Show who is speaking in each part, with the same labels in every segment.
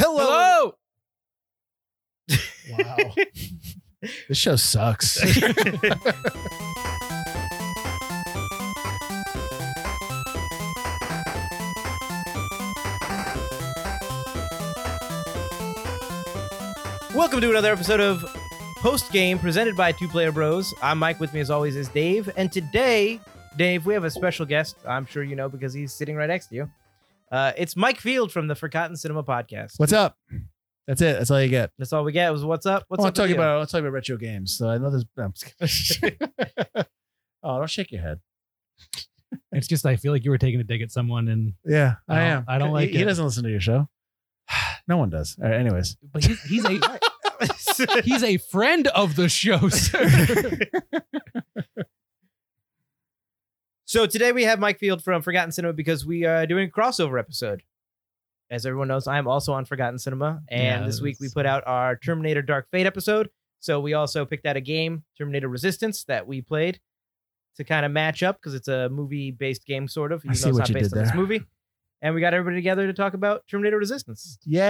Speaker 1: Wow. this show sucks.
Speaker 2: Welcome to another episode of Post Game presented by Two Player Bros. I'm Mike. With me, as always, is Dave. And today, Dave, we have a special guest. I'm sure you know because he's sitting right next to you. Uh, it's Mike Field from the Forgotten Cinema Podcast.
Speaker 1: What's up? That's it. That's all you get.
Speaker 2: That's all we get. Was what's up? What's
Speaker 1: I
Speaker 2: up?
Speaker 1: want to
Speaker 2: with
Speaker 1: talk
Speaker 2: you?
Speaker 1: about. I want to talk about retro games. So I know this. no, I'm just kidding. oh, don't shake your head.
Speaker 3: It's just I feel like you were taking a dig at someone, and
Speaker 1: Yeah,
Speaker 3: I
Speaker 1: I,
Speaker 3: don't-
Speaker 1: am.
Speaker 3: I don't
Speaker 1: He-
Speaker 3: like
Speaker 1: He,
Speaker 3: it.
Speaker 1: doesn't listen to your show. No one does. All right, anyways,
Speaker 3: but he's, he's a he's a friend of the show, sir.
Speaker 2: So today we have Mike Field from Forgotten Cinema because we are doing a crossover episode. As everyone knows, I'm also on Forgotten Cinema, and
Speaker 3: Yeah,
Speaker 2: this week we
Speaker 3: that's-
Speaker 2: put out our Terminator Dark Fate episode. So we also picked out a game, Terminator Resistance, that we played to kind of match up because it's a movie-based game, sort of.
Speaker 1: I
Speaker 2: even
Speaker 1: see
Speaker 2: though it's not
Speaker 1: what you
Speaker 2: based
Speaker 1: did
Speaker 2: on this
Speaker 1: there.
Speaker 2: movie. And we got everybody together to talk about Terminator Resistance.
Speaker 1: yay!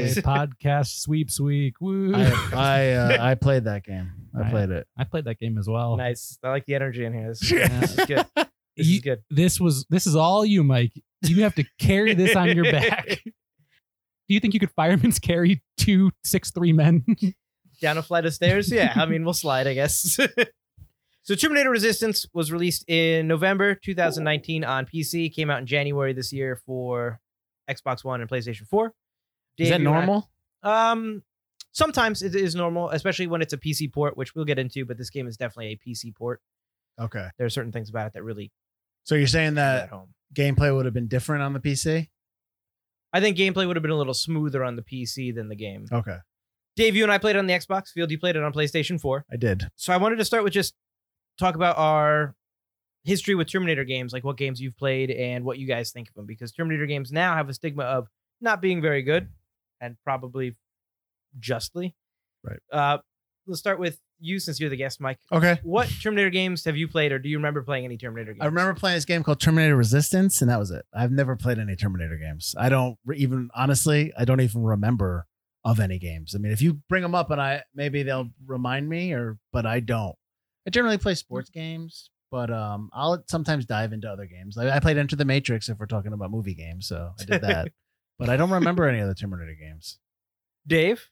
Speaker 2: Nice.
Speaker 3: podcast sweeps week. Woo!
Speaker 1: I I, uh, I played that game. I
Speaker 3: Right.
Speaker 1: played it.
Speaker 3: I played that game as
Speaker 1: Oh.
Speaker 3: well.
Speaker 2: Nice. I like the energy in here. This,
Speaker 1: Yeah.
Speaker 2: this is good. This
Speaker 3: You-
Speaker 2: is good.
Speaker 3: This was this is all you, Mike. You have to carry this on your back. Do you think you could fireman's carry two six three men?
Speaker 2: down a flight of stairs. Yeah, I mean, we'll slide, I guess. so, Terminator Resistance was released in November 2019 on PC. Came out in January this year for Xbox One and PlayStation 4.
Speaker 1: Is
Speaker 2: Dave,
Speaker 1: that
Speaker 2: you and I-
Speaker 1: normal?
Speaker 2: um, sometimes it is normal, especially when it's a PC port, which we'll get into. But this game is definitely a PC port.
Speaker 1: Okay.
Speaker 2: There are certain things about it that really
Speaker 1: So you're saying
Speaker 2: at
Speaker 1: that
Speaker 2: home.
Speaker 1: gameplay would have been different on the PC?
Speaker 2: I think gameplay would have been a little smoother on the PC than the game.
Speaker 1: Okay,
Speaker 2: Dave, you and I played it on the Xbox. Field, you played it on PlayStation 4.
Speaker 1: I did.
Speaker 2: so I wanted to start with just talk about our history with Terminator games, like what games you've played and what you guys think of them, because Terminator games now have a stigma of not being very good, and probably justly.
Speaker 1: Right.
Speaker 2: Uh, let's start with you, since you're the guest, Mike.
Speaker 1: Okay.
Speaker 2: What Terminator games have you played, or do you remember playing any Terminator games?
Speaker 1: I remember playing this game called Terminator Resistance, and that was it. I've never played any Terminator games. I don't re- even honestly, I don't even remember of any games. I mean, if you bring them up, and I maybe they'll remind me, or but I don't. I generally play sports games, but um, I'll sometimes dive into other games. Like I played Enter the Matrix if we're talking about movie games, so I did that. but I don't remember any other Terminator games.
Speaker 2: Dave.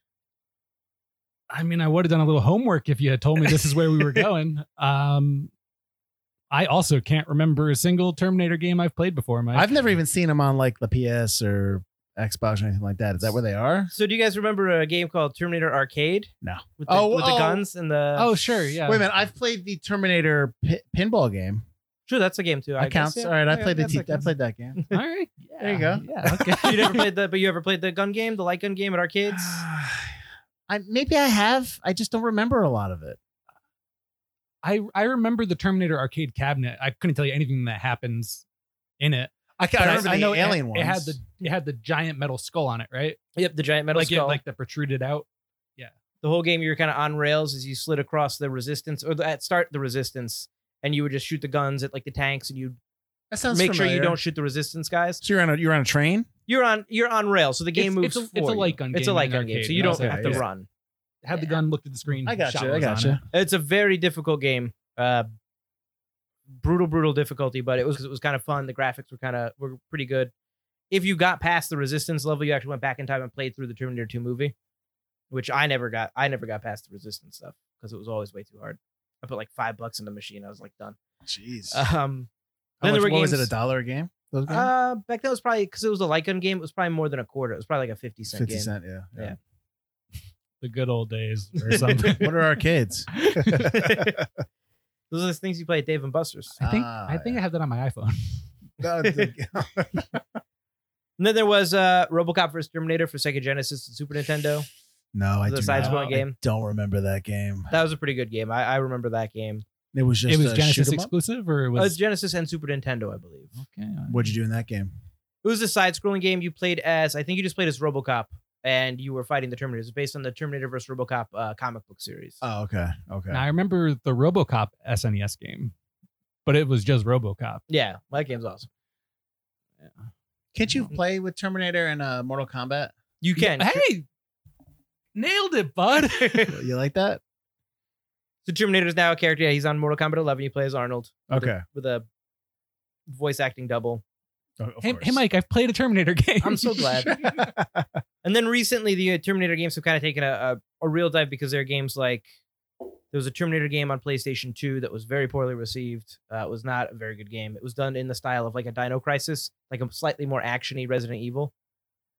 Speaker 3: I mean, I would have done a little homework if you had told me this is where we were going. Um, I also can't remember a single Terminator game I've played before. Mike.
Speaker 1: I've never even seen them on like the PS or Xbox or anything like that. Is that where they are?
Speaker 2: So do you guys remember a game called Terminator Arcade?
Speaker 1: No.
Speaker 2: With the,
Speaker 1: Oh,
Speaker 2: with the
Speaker 1: oh.
Speaker 2: guns and the
Speaker 3: Oh, sure, yeah.
Speaker 1: Wait a minute, I've played the Terminator pi- pinball game.
Speaker 2: sure that's a game too. I
Speaker 1: That counts.
Speaker 2: Guess, yeah.
Speaker 1: All right, I
Speaker 2: Yeah,
Speaker 1: played the
Speaker 2: that's
Speaker 1: t-
Speaker 2: okay.
Speaker 1: I played that game.
Speaker 3: All right. Yeah,
Speaker 1: There you go.
Speaker 3: Yeah. Okay.
Speaker 2: you never played the, but you ever played the gun game, the light gun game at arcades?
Speaker 1: I maybe I have. I just don't remember a lot of it.
Speaker 3: I I remember the Terminator arcade cabinet. I couldn't tell you anything that happens in it.
Speaker 1: I,
Speaker 3: But
Speaker 1: remember the
Speaker 3: know
Speaker 1: alien
Speaker 3: it,
Speaker 1: ones.
Speaker 3: It had the it had the giant metal skull on it, right?
Speaker 2: Yep, the giant metal
Speaker 3: like
Speaker 2: skull.
Speaker 3: it like the protruded out.
Speaker 2: the whole game, you were kind of on rails as you slid across the resistance, or the, at start the resistance, and you would just shoot the guns at like the tanks, and you
Speaker 1: that sounds
Speaker 2: make sure you
Speaker 1: familiar.
Speaker 2: don't shoot the resistance guys.
Speaker 1: So you're on a you're on a train.
Speaker 2: You're on you're on rails, so the game
Speaker 3: It's-
Speaker 2: moves.
Speaker 3: it's a- it's
Speaker 2: for
Speaker 3: a light
Speaker 2: you.
Speaker 3: gun
Speaker 2: It's
Speaker 3: game
Speaker 2: a
Speaker 3: in
Speaker 2: light
Speaker 3: an
Speaker 2: gun game,
Speaker 3: arcade.
Speaker 2: so you don't
Speaker 1: Okay,
Speaker 2: have to
Speaker 1: yeah.
Speaker 2: run.
Speaker 3: Had the gun, looked at the screen.
Speaker 1: I got
Speaker 3: shot
Speaker 1: you.
Speaker 3: what
Speaker 1: I
Speaker 3: was
Speaker 1: got
Speaker 3: on
Speaker 1: you.
Speaker 3: it.
Speaker 2: It's a very difficult game. Uh, brutal, brutal difficulty, but it was it was kind of fun. The graphics were kind of were pretty good. If you got past the resistance level, you actually went back in time and played through the Terminator 2 movie, which I never got. I never got past the resistance stuff because it was always way too hard. I put like five bucks in the machine. I was like done.
Speaker 1: Jeez.
Speaker 2: Um,
Speaker 1: How
Speaker 2: then there were
Speaker 1: much- what was it?
Speaker 2: games-
Speaker 1: A dollar a game? Those games?
Speaker 2: uh, back then it was probably because it was a light gun game. It was probably more than a quarter. It was probably like a fifty cent
Speaker 1: Fifty
Speaker 2: game.
Speaker 1: cent. Yeah.
Speaker 2: Yeah.
Speaker 3: The good old days or something.
Speaker 1: what are arcades?
Speaker 2: Those are the things you play at Dave and Buster's.
Speaker 3: I think
Speaker 1: Ah,
Speaker 3: I think
Speaker 1: yeah.
Speaker 3: I have that on my iPhone.
Speaker 1: That was
Speaker 2: oh.
Speaker 1: the-
Speaker 2: And then there was uh, RoboCop vs Terminator for Sega Genesis and Super Nintendo.
Speaker 1: no, I
Speaker 2: The
Speaker 1: do
Speaker 2: side
Speaker 1: not.
Speaker 2: scrolling game.
Speaker 1: I don't remember that game.
Speaker 2: That was a pretty good game. I, I remember that game.
Speaker 1: It was just
Speaker 3: it was
Speaker 1: a
Speaker 3: Genesis
Speaker 1: shoot 'em up? Uh,
Speaker 3: exclusive or it
Speaker 2: It was
Speaker 3: was
Speaker 2: Genesis and Super Nintendo, I believe.
Speaker 3: okay.
Speaker 1: What'd you do in that game?
Speaker 2: It was a side-scrolling game. You played as I think you just played as RoboCop, and you were fighting the Terminator. It's based on the Terminator vs RoBocop uh, comic book series.
Speaker 1: Oh, okay. Okay.
Speaker 3: Now, I remember the RoboCop SNES game, but it was just RoboCop.
Speaker 2: yeah, that game's awesome.
Speaker 1: Can't you play with Terminator and uh, Mortal Kombat?
Speaker 2: You can.
Speaker 3: Hey, Nailed it, bud.
Speaker 1: You like that?
Speaker 2: So Terminator is now a character. Yeah, he's on Mortal Kombat 11. He plays Arnold
Speaker 1: Okay.
Speaker 2: with a voice acting double.
Speaker 1: Of- of
Speaker 3: hey,
Speaker 1: course.
Speaker 3: hey, Mike, I've played a Terminator game.
Speaker 2: I'm so glad. and then recently, the uh, Terminator games have kind of taken a, a a real dive because there are games like there was a Terminator game on PlayStation 2 that was very poorly received. Uh, it was not a very good game. It was done in the style of like a Dino Crisis, like a slightly more actiony Resident Evil,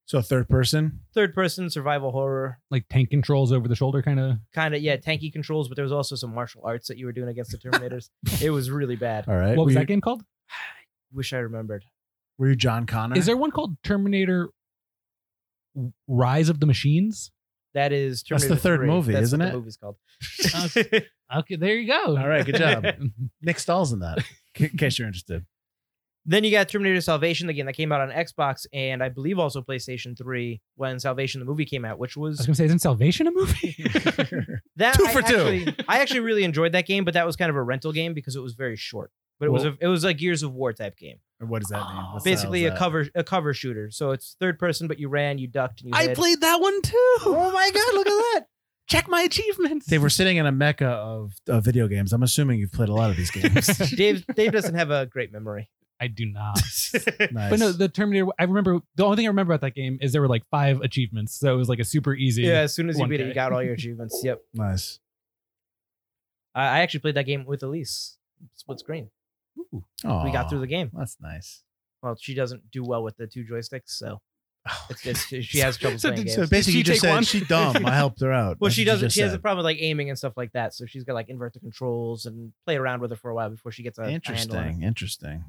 Speaker 1: So third person.
Speaker 2: third person survival horror.
Speaker 3: like tank controls over the shoulder, kind of.
Speaker 2: Kind of yeah, tanky controls, but there was also some martial arts that you were doing against the Terminators. it was really bad.
Speaker 1: All right.
Speaker 3: What
Speaker 1: were,
Speaker 3: was
Speaker 1: you,
Speaker 3: that game called?
Speaker 2: Wish I remembered.
Speaker 1: were you John Connor?
Speaker 2: Uh-huh.
Speaker 3: Is there one called Terminator Rise of the Machines?
Speaker 2: That is
Speaker 1: That's the
Speaker 2: Terminator
Speaker 1: third
Speaker 2: 3.
Speaker 1: movie,
Speaker 2: That's
Speaker 1: isn't
Speaker 2: what
Speaker 1: it?
Speaker 2: The movie's called.
Speaker 3: Okay, there you go.
Speaker 1: All right, good job. Nick Stahl's in that? In case you're interested.
Speaker 2: Then you got Terminator Salvation, the game that came out on Xbox and I believe also PlayStation 3 when Salvation the movie came out, which
Speaker 3: I was
Speaker 2: was
Speaker 3: gonna say, isn't Salvation a movie?
Speaker 2: that
Speaker 1: Two
Speaker 2: I
Speaker 1: for two.
Speaker 2: actually- I actually really enjoyed that game, but that was kind of a rental game because it was very short. But it was a, it was a Gears of War type game,
Speaker 1: Or what does that mean? What
Speaker 2: basically a
Speaker 1: style is that?
Speaker 2: cover a cover shooter. So it's third person, but you ran, you ducked, and you.
Speaker 3: I
Speaker 2: hid.
Speaker 3: played that one too.
Speaker 2: Oh my god! Look at that.
Speaker 3: Check my achievements.
Speaker 1: They were sitting in a mecca of, of video games. I'm assuming you've played a lot of these games.
Speaker 2: Dave Dave doesn't have a great memory.
Speaker 3: I do not.
Speaker 1: nice.
Speaker 3: But no, the Terminator. I remember the only thing I remember about that game is there were like five achievements, so it was like a super easy.
Speaker 2: yeah, as soon as you
Speaker 3: One
Speaker 2: beat it,
Speaker 3: guy.
Speaker 2: you got all your achievements. Yep.
Speaker 1: nice.
Speaker 2: I I actually played that game with Elise. Split screen. We got through the game.
Speaker 1: That's nice.
Speaker 2: Well, she doesn't do well with the two joysticks, so it's, it's, she has trouble
Speaker 3: So
Speaker 2: playing
Speaker 3: did- so
Speaker 2: games.
Speaker 1: Basically,
Speaker 3: She
Speaker 1: you just
Speaker 3: take
Speaker 1: said
Speaker 3: one?
Speaker 1: she dumb. I helped her out.
Speaker 2: Well,
Speaker 1: That's
Speaker 2: she
Speaker 1: what you
Speaker 2: doesn't.
Speaker 1: just
Speaker 2: She has a
Speaker 1: said.
Speaker 2: problem with like aiming and stuff like that, so she's got like invert the controls and play around with it for a while before she gets a a handle on it.
Speaker 1: Interesting. Interesting.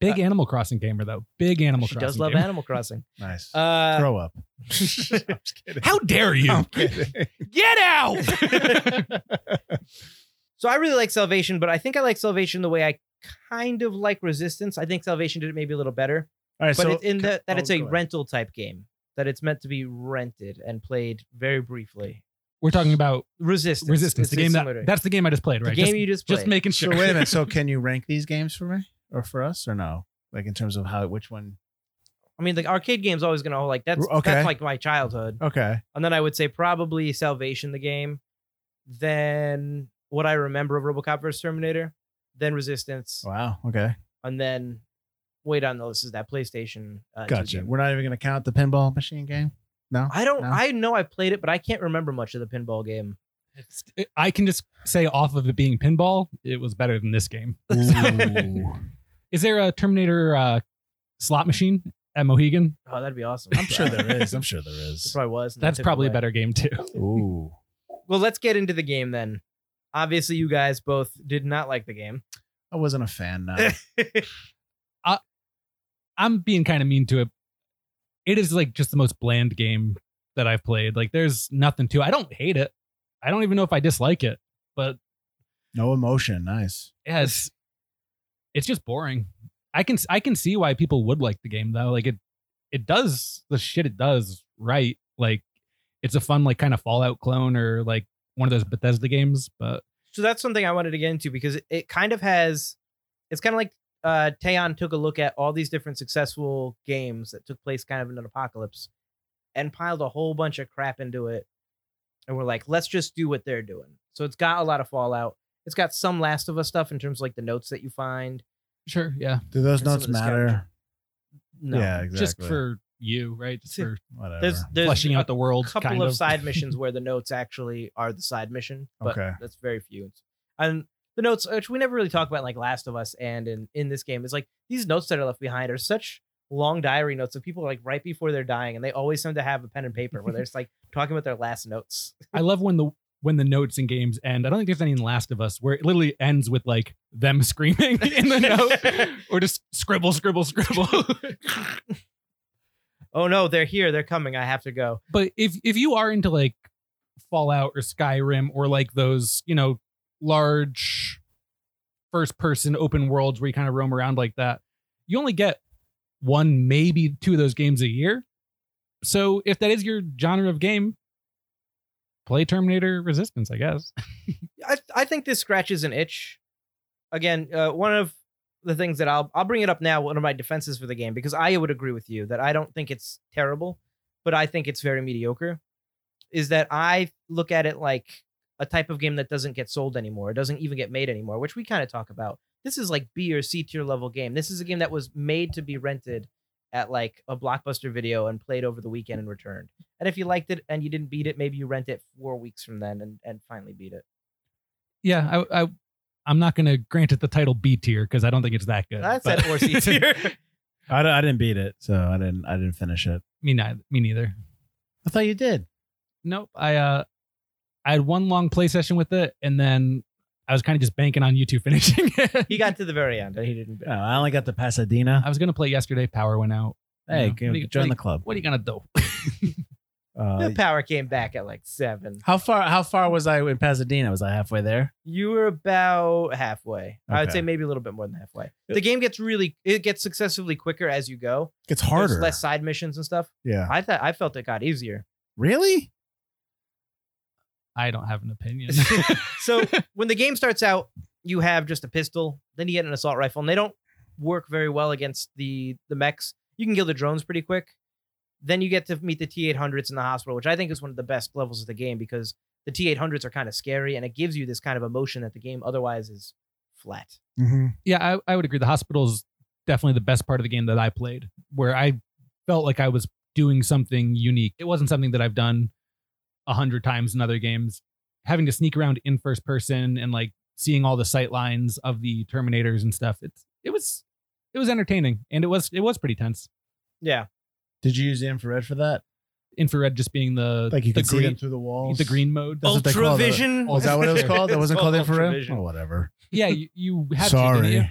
Speaker 3: Big Animal Crossing gamer though. Big Animal
Speaker 2: She
Speaker 3: Crossing.
Speaker 2: does love
Speaker 3: gamer.
Speaker 2: Animal Crossing.
Speaker 1: Nice.
Speaker 2: Uh,
Speaker 1: Grow up. I'm just kidding.
Speaker 3: How dare you?
Speaker 1: I'm kidding.
Speaker 3: Get out.
Speaker 2: so I really like Salvation, but I think I like Salvation the way I kind of like Resistance. I think Salvation did it maybe a little better,
Speaker 1: All right.
Speaker 2: but
Speaker 1: so
Speaker 2: it's in the, that
Speaker 1: oh,
Speaker 2: it's a
Speaker 1: go ahead.
Speaker 2: rental type game that it's meant to be rented and played very briefly.
Speaker 3: we're talking about
Speaker 2: Resistance.
Speaker 3: Resistance.
Speaker 2: It's-
Speaker 3: the
Speaker 2: it's
Speaker 3: game
Speaker 2: similar
Speaker 3: that,
Speaker 2: to-
Speaker 3: that's the game I just played,
Speaker 2: the
Speaker 3: right?
Speaker 2: game
Speaker 3: just,
Speaker 2: you just played.
Speaker 3: just making
Speaker 1: So
Speaker 3: sure.
Speaker 1: wait a minute. So can you rank these games for me or for us or no? Like in terms of how which one?
Speaker 2: I mean, the arcade game's always gonna hold, like that's
Speaker 1: Okay.
Speaker 2: that's like my childhood.
Speaker 1: Okay.
Speaker 2: And then I would say probably Salvation the game, then what I remember of RoboCop versus Terminator, then Resistance,
Speaker 1: Wow. Okay.
Speaker 2: and then way down the list is that PlayStation. Uh, two
Speaker 1: Gotcha.
Speaker 2: game.
Speaker 1: We're not even gonna count the pinball machine game. No.
Speaker 2: I don't.
Speaker 1: No?
Speaker 2: I know I played it, but I can't remember much of the pinball game.
Speaker 3: It's- I can just say off of it being pinball, it was better than this game.
Speaker 1: Ooh.
Speaker 3: Is there a Terminator uh, slot machine at Mohegan?
Speaker 2: Oh, that'd be awesome.
Speaker 1: I'm sure there is. I'm sure there
Speaker 2: There
Speaker 1: is.
Speaker 2: probably was. and they
Speaker 3: That's
Speaker 2: took it
Speaker 3: probably a
Speaker 2: away.
Speaker 3: better game too.
Speaker 1: Ooh.
Speaker 2: Well, let's get into the game then. Obviously, you guys both did not like the game.
Speaker 1: I wasn't a fan. No.
Speaker 3: I'm being kind of mean to it. It is like just the most bland game that I've played. Like there's nothing to. it. I don't hate it. I don't even know if I dislike it, but
Speaker 1: No emotion. Nice.
Speaker 3: yeah, it's it's just boring. I can I can see why people would like the game though. Like it it does the shit it does right. Like it's a fun like kind of Fallout clone or like one of those Bethesda games, but
Speaker 2: So that's something I wanted to get into because it, it kind of has, it's kind of like uh, Taeon took a look at all these different successful games that took place kind of in an apocalypse and piled a whole bunch of crap into it. And we're like, let's just do what they're doing. So it's got a lot of Fallout. It's got some Last of Us stuff in terms of like the notes that you find.
Speaker 3: sure, yeah.
Speaker 1: Do those
Speaker 2: Some of
Speaker 1: notes
Speaker 2: the
Speaker 1: matter?
Speaker 2: No.
Speaker 1: Yeah. Exactly.
Speaker 3: Just for you, right? Just for
Speaker 1: whatever.
Speaker 2: There's, there's
Speaker 3: fleshing out
Speaker 2: a
Speaker 3: the world
Speaker 2: couple
Speaker 3: kind
Speaker 2: of, side missions where the notes actually are the side mission, but
Speaker 1: Okay.
Speaker 2: that's very few. And the notes, which we never really talk about, in, like Last of Us, and in in this game, is like these notes that are left behind are such long diary notes of people like right before they're dying, and they always seem to have a pen and paper where they're just like talking about their last notes.
Speaker 3: I love when the when the notes in games end. I don't think there's any in Last of Us where it literally ends with like them screaming in the note or just scribble, scribble, scribble.
Speaker 2: Oh no, they're here, they're coming. I have to go.
Speaker 3: but if if you are into like Fallout or Skyrim or like those, you know, large first person open worlds where you kind of roam around like that, you only get one, maybe two of those games a year. So if that is your genre of game, play Terminator Resistance, I guess.
Speaker 2: I I think this scratches an itch. Again, uh, one of the things that I'll I'll bring it up now. One of my defenses for the game because I would agree with you that I don't think it's terrible, but I think it's very mediocre. is that I look at it like a type of game that doesn't get sold anymore. It doesn't even get made anymore, which we kind of talk about. This is like B or C tier level game. This is a game that was made to be rented at like a blockbuster video and played over the weekend and returned. And if you liked it and you didn't beat it, maybe you rent it four weeks from then and, and finally beat it.
Speaker 3: Yeah, I, I I'm not going to grant it the title B tier because I don't think it's that good.
Speaker 2: That's
Speaker 3: but-
Speaker 2: at or C tier.
Speaker 1: I, d- I didn't beat it, so I didn't I didn't finish it.
Speaker 3: me neither. Me neither.
Speaker 1: I thought you did.
Speaker 3: Nope. I uh, I had one long play session with it, and then I was kind of just banking on you two finishing it.
Speaker 2: he got to the very end and he didn't.
Speaker 1: Oh, I only got to Pasadena.
Speaker 3: I was going to play yesterday. Power went out.
Speaker 1: Hey,
Speaker 3: No.
Speaker 1: can-
Speaker 3: What do you-
Speaker 1: join the
Speaker 3: like-
Speaker 1: club.
Speaker 3: What are you gonna do?
Speaker 1: Uh,
Speaker 2: The power came back at like seven.
Speaker 1: how far how far was I in Pasadena? Was I halfway there?
Speaker 2: You were about halfway. I would
Speaker 1: Okay.
Speaker 2: say maybe a little bit more than halfway. The game gets really it gets successively quicker as you go.
Speaker 1: It's
Speaker 2: There's
Speaker 1: harder.
Speaker 2: less side missions and stuff.
Speaker 1: yeah.
Speaker 2: I thought I felt it got easier.
Speaker 1: Really?
Speaker 3: I don't have an opinion.
Speaker 2: So when the game starts out, you have just a pistol, then you get an assault rifle, and they don't work very well against the the mechs. You can kill the drones pretty quick. Then you get to meet the T800s in the hospital, which I think is one of the best levels of the game because the T800s are kind of scary and it gives you this kind of emotion that the game otherwise is flat.
Speaker 1: Mm-hmm.
Speaker 3: yeah, I, I would agree. The hospital is definitely the best part of the game that I played, where I felt like I was doing something unique. It wasn't something that I've done a hundred times in other games. Having to sneak around in first person and like seeing all the sight lines of the Terminators and stuff. It's it was it was entertaining and it was it was pretty tense.
Speaker 2: Yeah.
Speaker 1: Did you use the infrared for that?
Speaker 3: Infrared just being the
Speaker 1: Like you
Speaker 3: the
Speaker 1: could see them
Speaker 3: green
Speaker 1: through the walls.
Speaker 3: the green mode.
Speaker 1: That's what they call it.
Speaker 2: Ultravision?
Speaker 1: Oh, is that what it was called? That
Speaker 2: It's
Speaker 1: wasn't called infrared.
Speaker 2: Ultravision.
Speaker 1: Oh, whatever.
Speaker 3: yeah, you, you had to, didn't you?
Speaker 1: Sorry.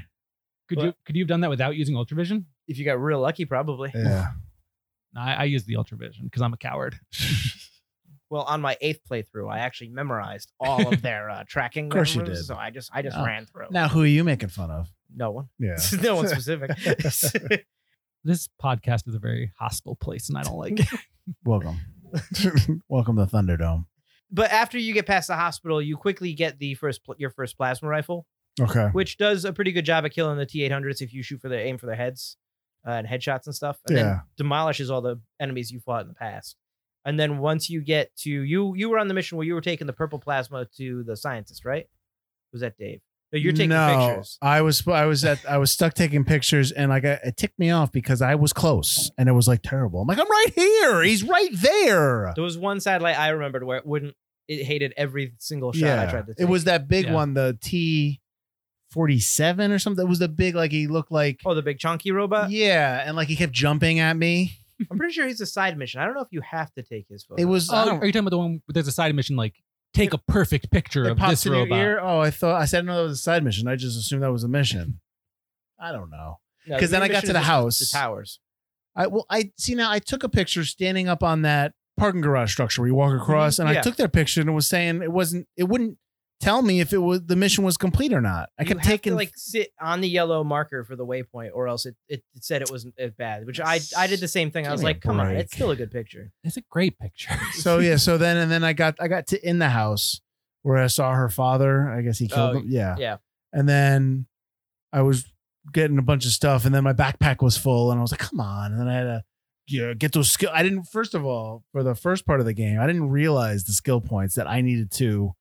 Speaker 3: Could you could you have done that without using Ultravision?
Speaker 2: If you got real lucky, probably.
Speaker 1: Yeah.
Speaker 3: No, I, I used the Ultravision because I'm a coward.
Speaker 2: Well, on my eighth playthrough, I actually memorized all of their uh, tracking. Of
Speaker 1: course you did.
Speaker 2: So I just I just
Speaker 1: Oh.
Speaker 2: ran through.
Speaker 1: Now, who are you making fun of?
Speaker 2: No one.
Speaker 1: Yeah.
Speaker 2: no one specific.
Speaker 3: this podcast is a very hostile place and I don't like it.
Speaker 1: Welcome. Welcome to Thunderdome.
Speaker 2: but after you get past the hospital, you quickly get the first pl- your first plasma rifle,
Speaker 1: Okay.
Speaker 2: which does a pretty good job at killing the T800s if you shoot for their aim for their heads uh, and headshots and stuff. And
Speaker 1: Yeah.
Speaker 2: then demolishes all the enemies you fought in the past. And then once you get to you you were on the mission where you were taking the purple plasma to the scientist, right? Was that Dave? No, you're taking
Speaker 1: no,
Speaker 2: pictures.
Speaker 1: I was I was at I was stuck taking pictures and like I, it ticked me off because I was close and it was like terrible. I'm like I'm right here. He's right there.
Speaker 2: There was one satellite I remembered where it wouldn't it hated every single shot I tried to take.
Speaker 1: it was that big
Speaker 3: Yeah.
Speaker 1: one, the T forty seven or something. It was the big like he looked like
Speaker 2: Oh, the big chunky robot?
Speaker 1: yeah, and like he kept jumping at me.
Speaker 2: I'm pretty sure he's a side mission. I don't know if you have to take his photo.
Speaker 1: It was I
Speaker 3: Oh,
Speaker 1: don't-
Speaker 3: are you talking about the one there's a side mission like take a perfect picture
Speaker 1: it
Speaker 3: of
Speaker 1: popped
Speaker 3: this
Speaker 1: in your
Speaker 3: robot?
Speaker 1: ear. Oh, I thought I said no, that was a side mission. I just assumed that was a mission. I don't know.
Speaker 2: No,
Speaker 1: 'Cause then
Speaker 2: your
Speaker 1: I got
Speaker 2: mission
Speaker 1: to the
Speaker 2: is
Speaker 1: house.
Speaker 2: The towers.
Speaker 1: I well, I see now. I took a picture standing up on that parking garage structure where you walk across, and
Speaker 2: Mm-hmm. Yeah.
Speaker 1: I took that picture and it was saying it wasn't. It wouldn't tell me if it was the mission was complete or not. I
Speaker 2: You
Speaker 1: kept
Speaker 2: have
Speaker 1: taking
Speaker 2: to, like sit on the yellow marker for the waypoint, or else it, it, it said it wasn't as bad. Which I I did the same thing. I
Speaker 1: Give
Speaker 2: was
Speaker 1: me a
Speaker 2: like, come on,
Speaker 1: break.
Speaker 2: it's still a good picture.
Speaker 3: It's a great picture.
Speaker 1: so yeah. So then and then I got I got to in the house where I saw her father. I guess he killed
Speaker 2: Oh,
Speaker 1: him. Yeah.
Speaker 2: yeah.
Speaker 1: And then I was getting a bunch of stuff, and then my backpack was full, and I was like, come on. And then I had to. Yeah, get those skill. I didn't. First of all, for the first part of the game, I didn't realize the skill points that I needed to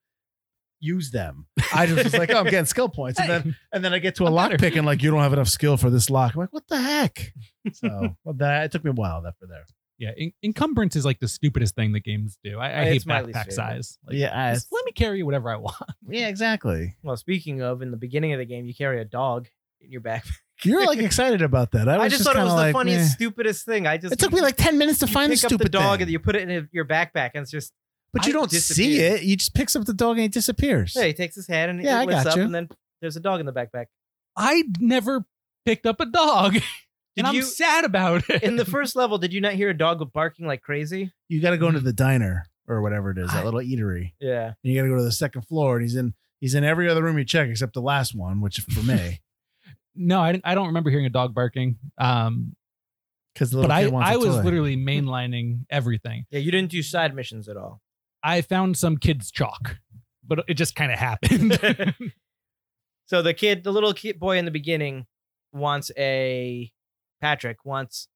Speaker 1: use them. I just was like, oh, I'm getting skill points, and then and then I get to a
Speaker 3: I'm
Speaker 1: lock
Speaker 3: better.
Speaker 1: pick and like you don't have enough skill for this lock. I'm like, what the heck? So well, that it took me a while that for there.
Speaker 3: yeah, en- encumbrance is like the stupidest thing that games do. I, I hate
Speaker 2: It's my least
Speaker 3: backpack
Speaker 2: favorite.
Speaker 3: size. Like,
Speaker 1: yeah, I-
Speaker 3: just let me carry whatever I want.
Speaker 1: yeah, exactly.
Speaker 2: Well, speaking of, in the beginning of the game, you carry a dog in your backpack.
Speaker 1: You're like excited about that. I,
Speaker 2: I,
Speaker 1: was
Speaker 2: just, thought it
Speaker 1: kinda
Speaker 2: was the
Speaker 1: like,
Speaker 2: funniest,
Speaker 1: meh.
Speaker 2: stupidest thing. I just
Speaker 1: It took me like ten minutes to
Speaker 2: you
Speaker 1: find the
Speaker 2: pick up
Speaker 1: stupid
Speaker 2: the dog
Speaker 1: thing.
Speaker 2: and you put it in your backpack, and it's just
Speaker 1: but
Speaker 2: I
Speaker 1: you don't see
Speaker 2: disappeared.
Speaker 1: it. He just picks up the dog and it disappears.
Speaker 2: yeah. He takes his hand and
Speaker 1: Yeah, I
Speaker 2: it lifts
Speaker 1: got
Speaker 2: up,
Speaker 1: you.
Speaker 2: and then there's a dog in the backpack.
Speaker 3: I never picked up a dog.
Speaker 2: Did
Speaker 3: and I'm
Speaker 2: you-
Speaker 3: sad about it.
Speaker 2: In the first level, did you not hear a dog barking like crazy?
Speaker 1: You got to go into the diner or whatever it is, that little eatery,
Speaker 2: Yeah.
Speaker 1: and you got to go to the second floor. And he's in he's in every other room you check except the last one, which for me,
Speaker 3: no, I, didn't, I don't remember hearing a dog barking. Um,
Speaker 1: because the
Speaker 3: but
Speaker 1: little
Speaker 3: I,
Speaker 1: kid wants a
Speaker 3: I was
Speaker 1: toy.
Speaker 3: literally mainlining everything.
Speaker 2: Yeah, you didn't do side missions at all.
Speaker 3: I found some kid's chalk, but it just kind of happened.
Speaker 2: So the kid, the little kid boy in the beginning, wants a Patrick wants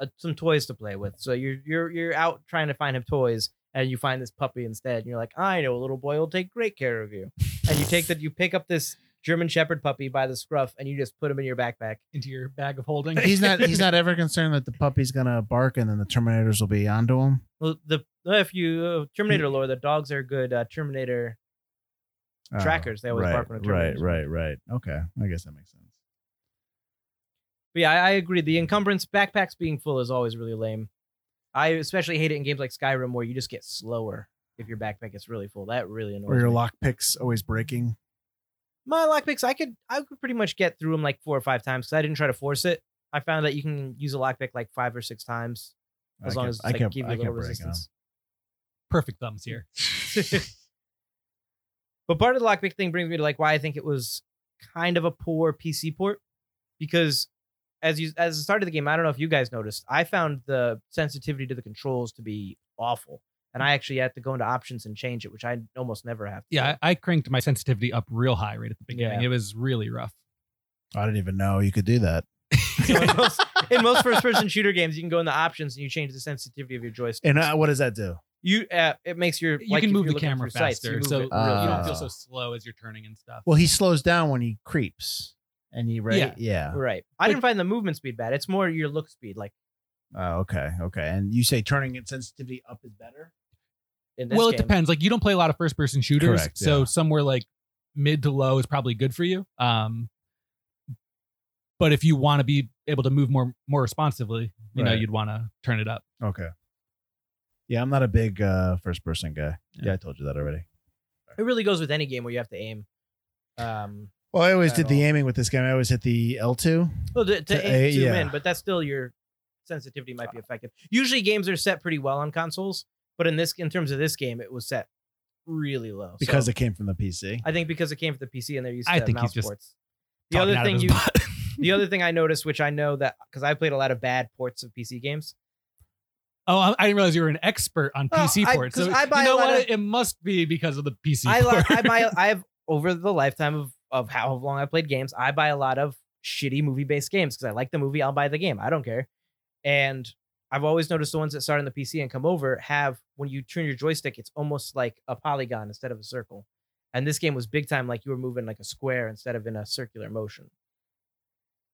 Speaker 2: a, some toys to play with. So you're you're you're out trying to find him toys, and you find this puppy instead. And you're like, I know a little boy will take great care of you. And you take that, you pick up this German Shepherd puppy by the scruff, and you just put him in your backpack.
Speaker 3: into your bag of holding.
Speaker 1: He's not. He's not ever concerned that the puppy's gonna bark and then the Terminators will be onto him.
Speaker 2: Well, the if you uh, Terminator lore, the dogs are good uh, Terminator
Speaker 1: Oh,
Speaker 2: trackers. They always
Speaker 1: right,
Speaker 2: bark when a
Speaker 1: Right.
Speaker 2: Terminator.
Speaker 1: Right. Right. Okay. I guess that makes sense.
Speaker 2: But yeah, I, I agree. The encumbrance backpacks being full is always really lame. I especially hate it in games like Skyrim where you just get slower if your backpack gets really full. That really annoys
Speaker 1: Or your
Speaker 2: me.
Speaker 1: lockpicks always breaking.
Speaker 2: My lockpicks, I could I could pretty much get through them like four or five times because I didn't try to force it. I found that you can use a lockpick like five or six times as
Speaker 1: I
Speaker 2: long
Speaker 1: kept-
Speaker 2: as it's,
Speaker 1: I
Speaker 2: like,
Speaker 1: kept,
Speaker 2: give you
Speaker 1: I
Speaker 2: a little
Speaker 1: kept breaking them.
Speaker 2: resistance.
Speaker 3: Perfect thumbs here.
Speaker 2: But part of the lockpick thing brings me to like why I think it was kind of a poor PC port because as you as the start of the game, I don't know if you guys noticed, I found the sensitivity to the controls to be awful, and I actually had to go into options and change it, which I almost never have. To do.
Speaker 3: Yeah, I, I cranked my sensitivity up real high right at the beginning.
Speaker 2: Yeah.
Speaker 3: It was really rough.
Speaker 1: I didn't even know you could do that.
Speaker 2: So in most, in most first-person shooter games, you can go in the options and you change the sensitivity of your joystick.
Speaker 1: And uh, what does that do?
Speaker 2: You uh, it makes your
Speaker 3: you
Speaker 2: like,
Speaker 3: can
Speaker 2: if
Speaker 3: move
Speaker 2: you're
Speaker 3: the
Speaker 2: looking
Speaker 3: camera
Speaker 2: through sights,
Speaker 3: faster,
Speaker 2: you
Speaker 3: so
Speaker 2: move it
Speaker 1: Uh,
Speaker 2: really
Speaker 3: you don't
Speaker 2: fast.
Speaker 3: feel so slow as you're turning and stuff.
Speaker 1: Well, he slows down when he creeps, and he right. Yeah.
Speaker 2: right. I didn't find the movement speed bad. It's more your look speed, like
Speaker 1: Oh, okay. Okay. And you say turning its sensitivity up is better.
Speaker 2: in this
Speaker 3: well, it
Speaker 2: game.
Speaker 3: depends. Like you don't play a lot of first person shooters,
Speaker 1: Correct,
Speaker 3: so
Speaker 1: yeah.
Speaker 3: somewhere like mid to low is probably good for you. Um, but if you want to be able to move more more responsively, you know,
Speaker 1: Right.
Speaker 3: you'd want to turn it up.
Speaker 1: Okay. Yeah, I'm not a big uh, first person guy. Yeah.
Speaker 3: Yeah.
Speaker 1: I told you that already.
Speaker 2: It really goes with any game where you have to aim. Um,
Speaker 1: Well, I always
Speaker 2: At
Speaker 1: did the
Speaker 2: all.
Speaker 1: aiming with this game. I always hit the L2.
Speaker 2: well, to, to
Speaker 1: To
Speaker 2: aim
Speaker 3: uh,
Speaker 1: a-
Speaker 2: to
Speaker 1: yeah.
Speaker 2: win, but that's still your sensitivity might be affected. Usually, games are set pretty well on consoles, but in this, in terms of this game, it was set really low
Speaker 1: because
Speaker 2: So,
Speaker 1: it came from the PC.
Speaker 2: I think because it came from the PC and they're used to
Speaker 3: I think
Speaker 2: mouse
Speaker 3: he's just
Speaker 2: ports. The
Speaker 3: Talking
Speaker 2: other
Speaker 3: out of
Speaker 2: thing
Speaker 3: his
Speaker 2: you,
Speaker 3: butt.
Speaker 2: the other thing I noticed, which I know that because I played a lot of bad ports of PC games.
Speaker 3: oh, I, I didn't realize you were an expert on
Speaker 2: Oh,
Speaker 3: PC
Speaker 2: I-
Speaker 3: ports. So
Speaker 2: 'cause I buy
Speaker 3: you
Speaker 2: a
Speaker 3: know
Speaker 2: lot
Speaker 3: what?
Speaker 2: of-
Speaker 3: it must be because of the PC.
Speaker 2: I li-
Speaker 3: port.
Speaker 2: I buy I have over the lifetime of of how long I played games, I buy a lot of shitty movie based games because I like the movie, I'll buy the game. I don't care. And I've always noticed the ones that start on the PC and come over have when you turn your joystick, it's almost like a polygon instead of a circle. And this game was big time, like you were moving like a square instead of in a circular motion.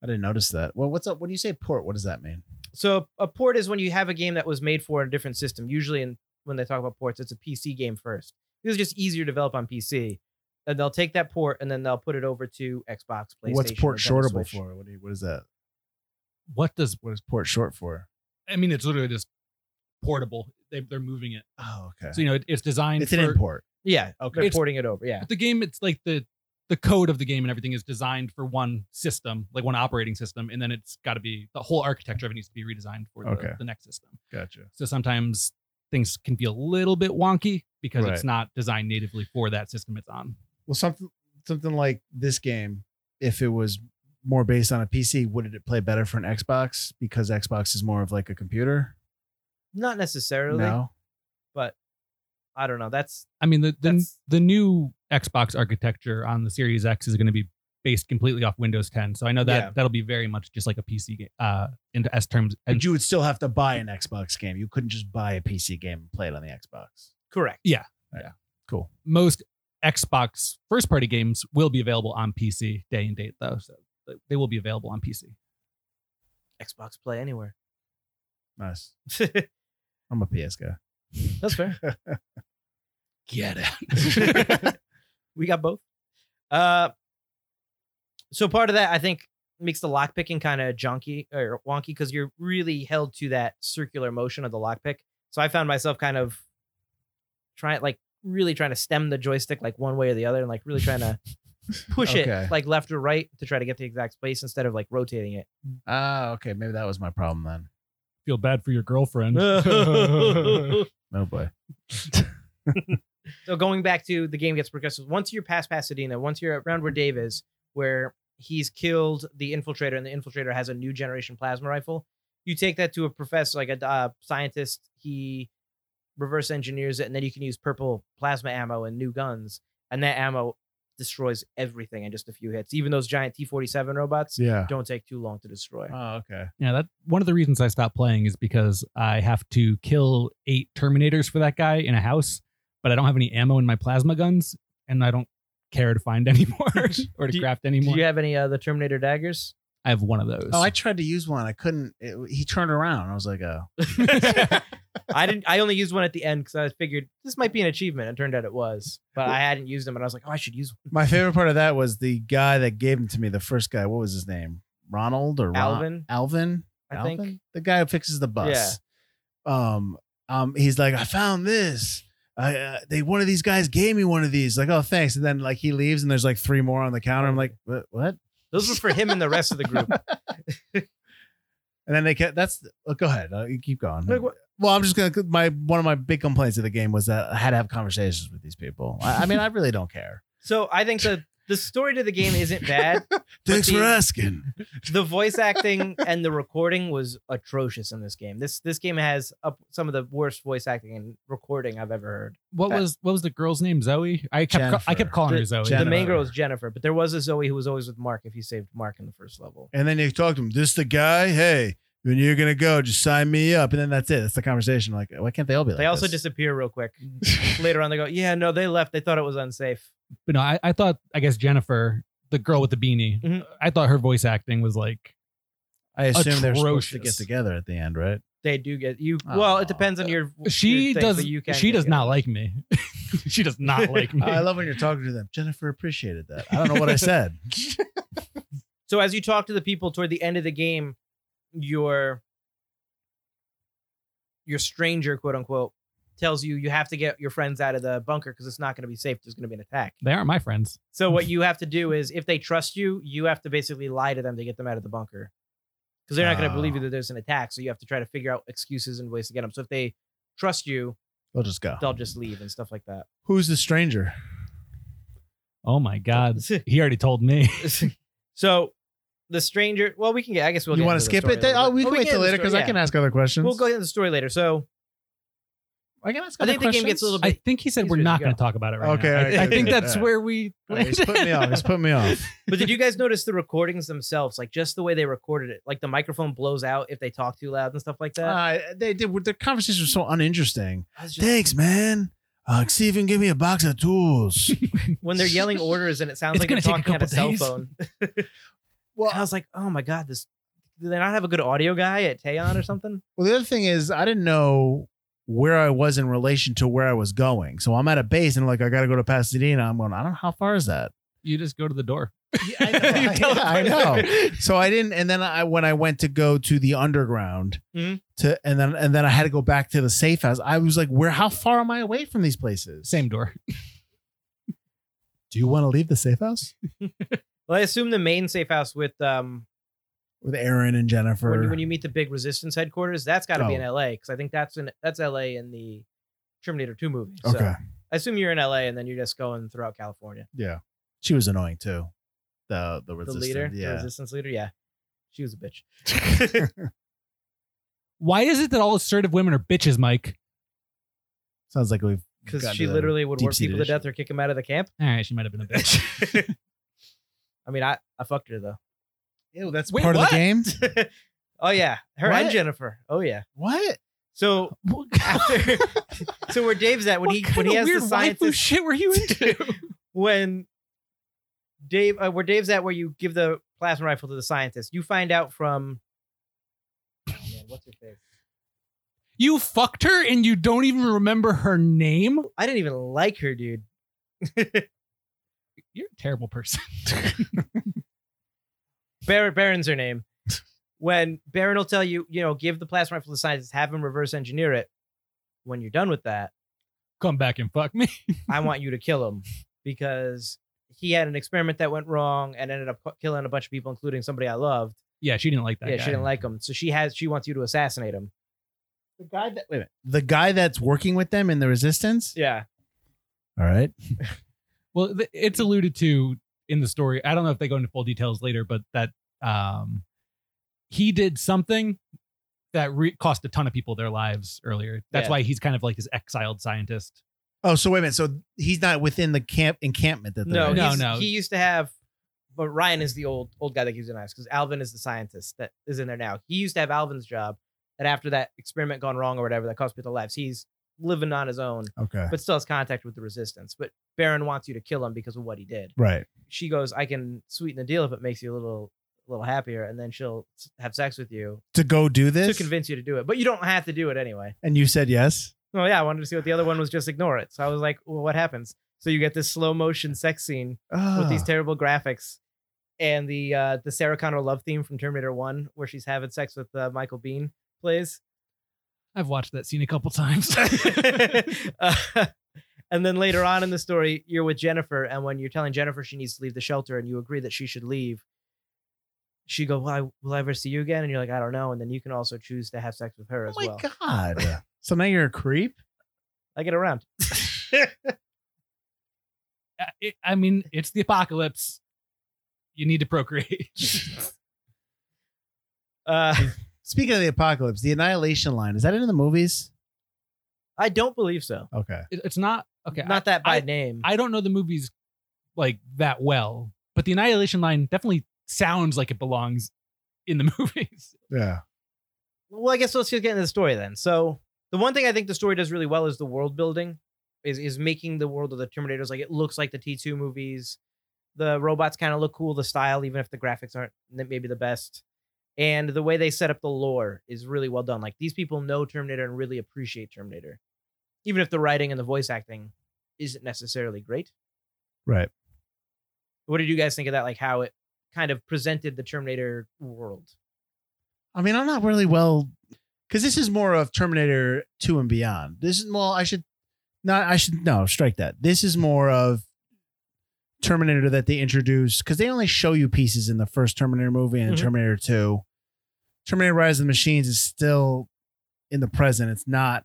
Speaker 1: I didn't notice that. Well, what's up? When you say port, what does that mean?
Speaker 2: So a port is when you have a game that was made for a different system. Usually, in, when they talk about ports, it's a PC game first. It's just easier to develop on PC, and they'll take that port and then they'll put it over to Xbox, PlayStation.
Speaker 1: What's port
Speaker 2: Nintendo
Speaker 1: shortable
Speaker 2: Switch.
Speaker 1: for? What, do you, what is that?
Speaker 3: what does
Speaker 1: What is port short for?
Speaker 3: I mean? It's literally just portable. They, they're moving it,
Speaker 1: Oh, okay.
Speaker 3: so you know it, it's designed.
Speaker 1: it's an
Speaker 3: for-
Speaker 1: import.
Speaker 2: Yeah,
Speaker 1: Okay.
Speaker 2: they're
Speaker 3: It's-
Speaker 2: porting it over. Yeah,
Speaker 3: But the game, it's like the the code of the game and everything is designed for one system, like one operating system, and then it's got to be the whole architecture of it needs to be redesigned for the,
Speaker 1: Okay.
Speaker 3: the next system.
Speaker 1: Gotcha.
Speaker 3: So sometimes things can be a little bit wonky because
Speaker 1: Right.
Speaker 3: it's not designed natively for that system it's on.
Speaker 1: Well, something something like this game, if it was more based on a PC, would it play better for an Xbox because Xbox is more of like a computer?
Speaker 2: not necessarily,
Speaker 1: No.
Speaker 2: but I don't know. That's
Speaker 3: I mean, the the,
Speaker 2: That's-
Speaker 3: the new Xbox architecture on the Series X is going to be based completely off Windows 10. So I know that
Speaker 2: Yeah.
Speaker 3: that'll be very much just like a PC game uh, in as terms.
Speaker 1: But you would still have to buy an Xbox game. You couldn't just buy a PC game and play it on the Xbox.
Speaker 2: correct.
Speaker 1: Cool.
Speaker 3: most Xbox first party games will be available on PC day and date though. So they will be available on PC.
Speaker 2: Xbox Play anywhere.
Speaker 1: Nice.
Speaker 2: that's
Speaker 1: I'm a PS guy.
Speaker 2: fair.
Speaker 3: Get
Speaker 2: we got both. Uh, so part of that I think makes the lockpicking kind of junky or wonky because you're really held to that circular motion of the lockpick. So I found myself kind of trying, like, really trying to stem the joystick like one way or the other, and like really trying to push
Speaker 1: Okay.
Speaker 2: it like left or right to try to get the exact place instead of like rotating it.
Speaker 1: Ah, okay. Maybe that was my problem then.
Speaker 3: Feel bad for your girlfriend.
Speaker 2: so
Speaker 1: Oh boy.
Speaker 2: going back to the game gets progressive. Once you're past Pasadena, once you're around where Dave is, where he's killed the infiltrator, and the infiltrator has a new generation plasma rifle. You take that to a professor, like a uh, scientist. He reverse engineers it, and then you can use purple plasma ammo and new guns, and that ammo destroys everything in just a few hits. Even those giant T forty seven robots
Speaker 1: Yeah.
Speaker 2: don't take too long to destroy.
Speaker 1: Oh, okay.
Speaker 3: Yeah, that one of the reasons I stopped playing is because I have to kill eight Terminators for that guy in a house, but I don't have any ammo in my plasma guns, and I don't care to find any more or to
Speaker 2: Do you-
Speaker 3: craft any
Speaker 2: Do
Speaker 3: more.
Speaker 2: you have any uh, the Terminator daggers?
Speaker 3: I have one of those.
Speaker 1: Oh, I tried to use one. I couldn't. It, he turned around. I was like, oh,
Speaker 2: I didn't. I only used one at the end because I figured this might be an achievement. It turned out it was, but I hadn't used them, and I was like, oh, I should use one.
Speaker 1: My favorite part of that was the guy that gave them to me. The first guy, what was his name? Ronald or Ron-
Speaker 2: Alvin?
Speaker 1: Alvin,
Speaker 2: I
Speaker 1: Alvin?
Speaker 2: think.
Speaker 1: the guy who fixes the bus. Um, um, he's like, I found this. I, uh, they one of these guys gave me one of these. Like, oh, thanks. And then like he leaves, and there's like three more on the counter. I'm like, what? what?
Speaker 2: Those were for him and the rest of the group.
Speaker 1: And then they kept. That's. oh, go ahead. Uh, you keep going.
Speaker 2: Like, what-
Speaker 1: well, I'm just gonna. My one of my big complaints of the game was that I had to have conversations with these people. I, I mean, I really don't care.
Speaker 2: So I think that the story to the game isn't bad.
Speaker 1: Thanks
Speaker 2: the-
Speaker 1: for asking.
Speaker 2: the voice acting and the recording was atrocious in this game. This this game has up some of the worst voice acting and recording I've ever heard.
Speaker 3: what was what was the girl's name? Zoe. I kept ca- I
Speaker 1: Jennifer.
Speaker 3: kept calling her Zoe.
Speaker 1: Jennifer.
Speaker 2: The main girl is Jennifer, but there was a Zoe who was always with Mark if you saved Mark in the first level.
Speaker 1: And then you talk to him. This the guy. Hey, when you're gonna go, just sign me up. And then that's it. That's the conversation. Like, why can't they all be like?
Speaker 2: They also
Speaker 1: this?
Speaker 2: disappear real quick. Later on, they go, "Yeah, no, they left. They thought it was unsafe."
Speaker 3: But no, I, I thought I guess Jennifer, the girl with the beanie.
Speaker 2: Mhm.
Speaker 3: I thought her voice acting was like
Speaker 1: I assume they're supposed to
Speaker 3: atrocious.
Speaker 1: get together at the end, right?
Speaker 2: They do get you. well, it depends on your.
Speaker 3: Uh, she
Speaker 2: your thing,
Speaker 3: does.
Speaker 2: but you can
Speaker 3: she
Speaker 2: get
Speaker 3: does
Speaker 2: it.
Speaker 3: not like me. she does not like me.
Speaker 1: I love when you're talking to them. Jennifer appreciated that. I don't know what I said.
Speaker 2: So as you talk to the people toward the end of the game, your your stranger, quote unquote, tells you you have to get your friends out of the bunker because it's not going to be safe. There's going to be an attack.
Speaker 3: they aren't my friends.
Speaker 2: So what you have to do is, if they trust you, you have to basically lie to them to get them out of the bunker because they're not going to believe you
Speaker 3: Ah.
Speaker 1: Oh.
Speaker 2: that there's an attack. So you have to try to figure out excuses and ways to get them. So if they trust you,
Speaker 1: We'll just go.
Speaker 2: they'll just leave and stuff like that.
Speaker 1: Who's the stranger?
Speaker 3: Oh my god, he already told me.
Speaker 2: so the stranger. Well, we can get. I guess we'll.
Speaker 1: you
Speaker 2: get
Speaker 1: want to
Speaker 2: into the
Speaker 1: skip
Speaker 2: story
Speaker 1: it?
Speaker 2: a
Speaker 1: Then-
Speaker 2: little
Speaker 1: oh,
Speaker 2: bit.
Speaker 1: we can wait
Speaker 2: get
Speaker 1: till
Speaker 2: into the
Speaker 1: later
Speaker 2: story,
Speaker 1: because I
Speaker 2: yeah.
Speaker 1: can ask other questions.
Speaker 2: We'll go into the story later. So
Speaker 1: I can ask
Speaker 2: I
Speaker 1: other
Speaker 2: think the game gets a little bit-
Speaker 3: I think he said
Speaker 2: He's
Speaker 3: we're
Speaker 2: ready to
Speaker 3: not
Speaker 2: go.
Speaker 3: going to talk about it right
Speaker 1: Okay,
Speaker 3: now. I-
Speaker 1: alright,
Speaker 3: I,
Speaker 1: good,
Speaker 3: think
Speaker 1: good,
Speaker 3: that's
Speaker 1: alright.
Speaker 3: where we.
Speaker 1: All right, he's putting me off. He's putting me off.
Speaker 2: but did you guys notice the recordings themselves? Like just the way they recorded it, like the microphone blows out if they talk too loud and stuff like that.
Speaker 1: Uh, they did. Their conversations were so uninteresting.
Speaker 2: I was just-
Speaker 1: Thanks, man. Uh, see if you can give me a box of tools.
Speaker 2: when they're yelling orders and it sounds
Speaker 3: It's
Speaker 2: like they're
Speaker 3: gonna take a
Speaker 2: talking at a
Speaker 3: couple
Speaker 2: cell
Speaker 3: days.
Speaker 2: phone.
Speaker 1: well,
Speaker 2: I was like, oh my god, this. Do they not have a good audio guy at Taeon or something?
Speaker 1: Well, the other thing is, I didn't know where I was in relation to where I was going. So I'm at a base and like I got to go to Pasadena. I'm going. I don't know how far is that.
Speaker 3: You just go to the door.
Speaker 1: I know.
Speaker 3: You
Speaker 1: Yeah,
Speaker 3: teleport.
Speaker 1: I know. So I didn't. And then I when I went to go to the underground
Speaker 3: Mm-hmm.
Speaker 2: Mhm.
Speaker 1: to and then and then I had to go back to the safe house. I was like, where? How far am I away from these places?
Speaker 3: Same door.
Speaker 1: Do you want to leave the safe house
Speaker 2: Well, I assume the main safe house with um
Speaker 1: with Aaron and Jennifer?
Speaker 2: when you, when you meet the big resistance headquarters, that's got to be in
Speaker 1: Oh.
Speaker 2: L.A. because I think that's in that's L.A. in the Terminator 2 movie. So
Speaker 1: okay.
Speaker 2: I assume you're in L.A. and then you're just going throughout California.
Speaker 1: Yeah. She was annoying too. The the
Speaker 2: The
Speaker 1: resistance.
Speaker 2: leader, the
Speaker 1: Yeah.
Speaker 2: resistance leader, yeah, she was a bitch.
Speaker 3: Why is it that all assertive women are bitches, Mike?
Speaker 1: Sounds like we've
Speaker 2: because
Speaker 1: gotten
Speaker 2: she
Speaker 1: to the-
Speaker 2: literally would work
Speaker 1: deep-seated
Speaker 2: people to death
Speaker 1: issue.
Speaker 2: or kick them out of the camp.
Speaker 3: All right, she might have been a bitch.
Speaker 2: I mean, I, I fucked her though.
Speaker 1: Ew, that's
Speaker 3: Wait,
Speaker 1: part of
Speaker 3: what?
Speaker 1: the game.
Speaker 2: oh yeah, her and
Speaker 1: What?
Speaker 2: Jennifer. Oh yeah.
Speaker 1: What?
Speaker 2: So after, so where Dave's at when
Speaker 3: what
Speaker 2: he
Speaker 3: kind
Speaker 2: when he has
Speaker 3: of
Speaker 2: the
Speaker 3: weird waifu
Speaker 2: scientist
Speaker 3: shit were you into?
Speaker 2: when Dave uh, where Dave's at where you give the plasma rifle to the scientist, you find out from. Oh, man, what's her face?
Speaker 3: you fucked her and you don't even remember her name.
Speaker 2: I didn't even like her, dude.
Speaker 3: You're a terrible person.
Speaker 2: Baron, Baron's her name. When Baron will tell you, you know, give the plasma rifle to the scientist, have him reverse engineer it. When you're done with that,
Speaker 3: Come back and fuck me.
Speaker 2: I want you to kill him because he had an experiment that went wrong and ended up cu- killing a bunch of people, including somebody I loved.
Speaker 3: Yeah, she didn't like that.
Speaker 2: yeah,
Speaker 3: guy.
Speaker 2: she didn't like him, so she has she wants you to assassinate him.
Speaker 1: The guy that wait a minute. The guy that's working with them in the resistance.
Speaker 2: Yeah,
Speaker 1: All right.
Speaker 3: Well, th- it's alluded to in the story. I don't know if they go into full details later, but that um, he did something that re- cost a ton of people their lives earlier. That's
Speaker 2: Yeah.
Speaker 3: why he's kind of like this exiled scientist.
Speaker 1: Oh, so wait a minute. So he's not within the camp encampment that they're
Speaker 2: No,
Speaker 1: in.
Speaker 3: No,
Speaker 2: no,
Speaker 3: no.
Speaker 2: He used to have, but Ryan is the old old guy that keeps an eye because Alvin is the scientist that is in there now. He used to have Alvin's job, and after that experiment gone wrong or whatever that cost people lives, he's living on his own,
Speaker 1: Okay.
Speaker 2: but still has contact with the resistance. But Baron wants you to kill him because of what he did.
Speaker 1: Right.
Speaker 2: She goes, "I can sweeten the deal if it makes you a little." a little happier and then she'll s- have sex with you
Speaker 1: To go do
Speaker 2: to
Speaker 1: this,
Speaker 2: convince you to do it but you don't have to do it anyway
Speaker 1: and you said yes.
Speaker 2: well, yeah, I wanted to see what the other one was. Just ignore it. So I was like, well, what happens? So you get this slow motion sex scene with these
Speaker 1: Ah.
Speaker 2: terrible graphics, and the uh, the Sarah Connor love theme from Terminator One, where she's having sex with uh, Michael Bean, plays.
Speaker 3: I've watched that scene a couple times.
Speaker 2: Uh, and then later on in the story, you're with Jennifer, and when you're telling Jennifer she needs to leave the shelter, and you agree that she should leave, she goes, "Well, I, will I ever see you again?" And you're like, "I don't know." And then you can also choose to have sex with her
Speaker 1: oh
Speaker 2: as
Speaker 1: my
Speaker 2: well.
Speaker 1: god. so now you're a creep.
Speaker 2: I get around.
Speaker 3: I- it- I mean, it's the apocalypse. You need to procreate.
Speaker 2: Uh,
Speaker 1: Speaking of the apocalypse, the annihilation line is that in the movies?
Speaker 2: I don't believe so.
Speaker 1: Okay.
Speaker 3: It- it's not okay.
Speaker 2: Not that by
Speaker 3: I-
Speaker 2: name.
Speaker 3: I don't know the movies like that well, but the annihilation line definitely sounds like it belongs in the movies.
Speaker 1: Yeah.
Speaker 2: well, I guess let's just get into the story then. So the one thing I think the story does really well is the world building, is is making the world of the Terminators like it looks like the T two movies. The robots kind of look cool, the style, even if the graphics aren't n- maybe the best. And the way they set up the lore is really well done. Like these people know Terminator and really appreciate Terminator, even if the writing and the voice acting isn't necessarily great.
Speaker 1: Right.
Speaker 2: What did you guys think of that? Like how it kind of presented the Terminator world.
Speaker 1: I mean, I'm not really well because this is more of Terminator 2 and beyond. This is well, I should not. I should no strike that. This is more of Terminator that they introduced because they only show you pieces in the first Terminator movie and in
Speaker 2: Mhm.
Speaker 1: Terminator 2. Terminator Rise of the Machines is still in the present. It's not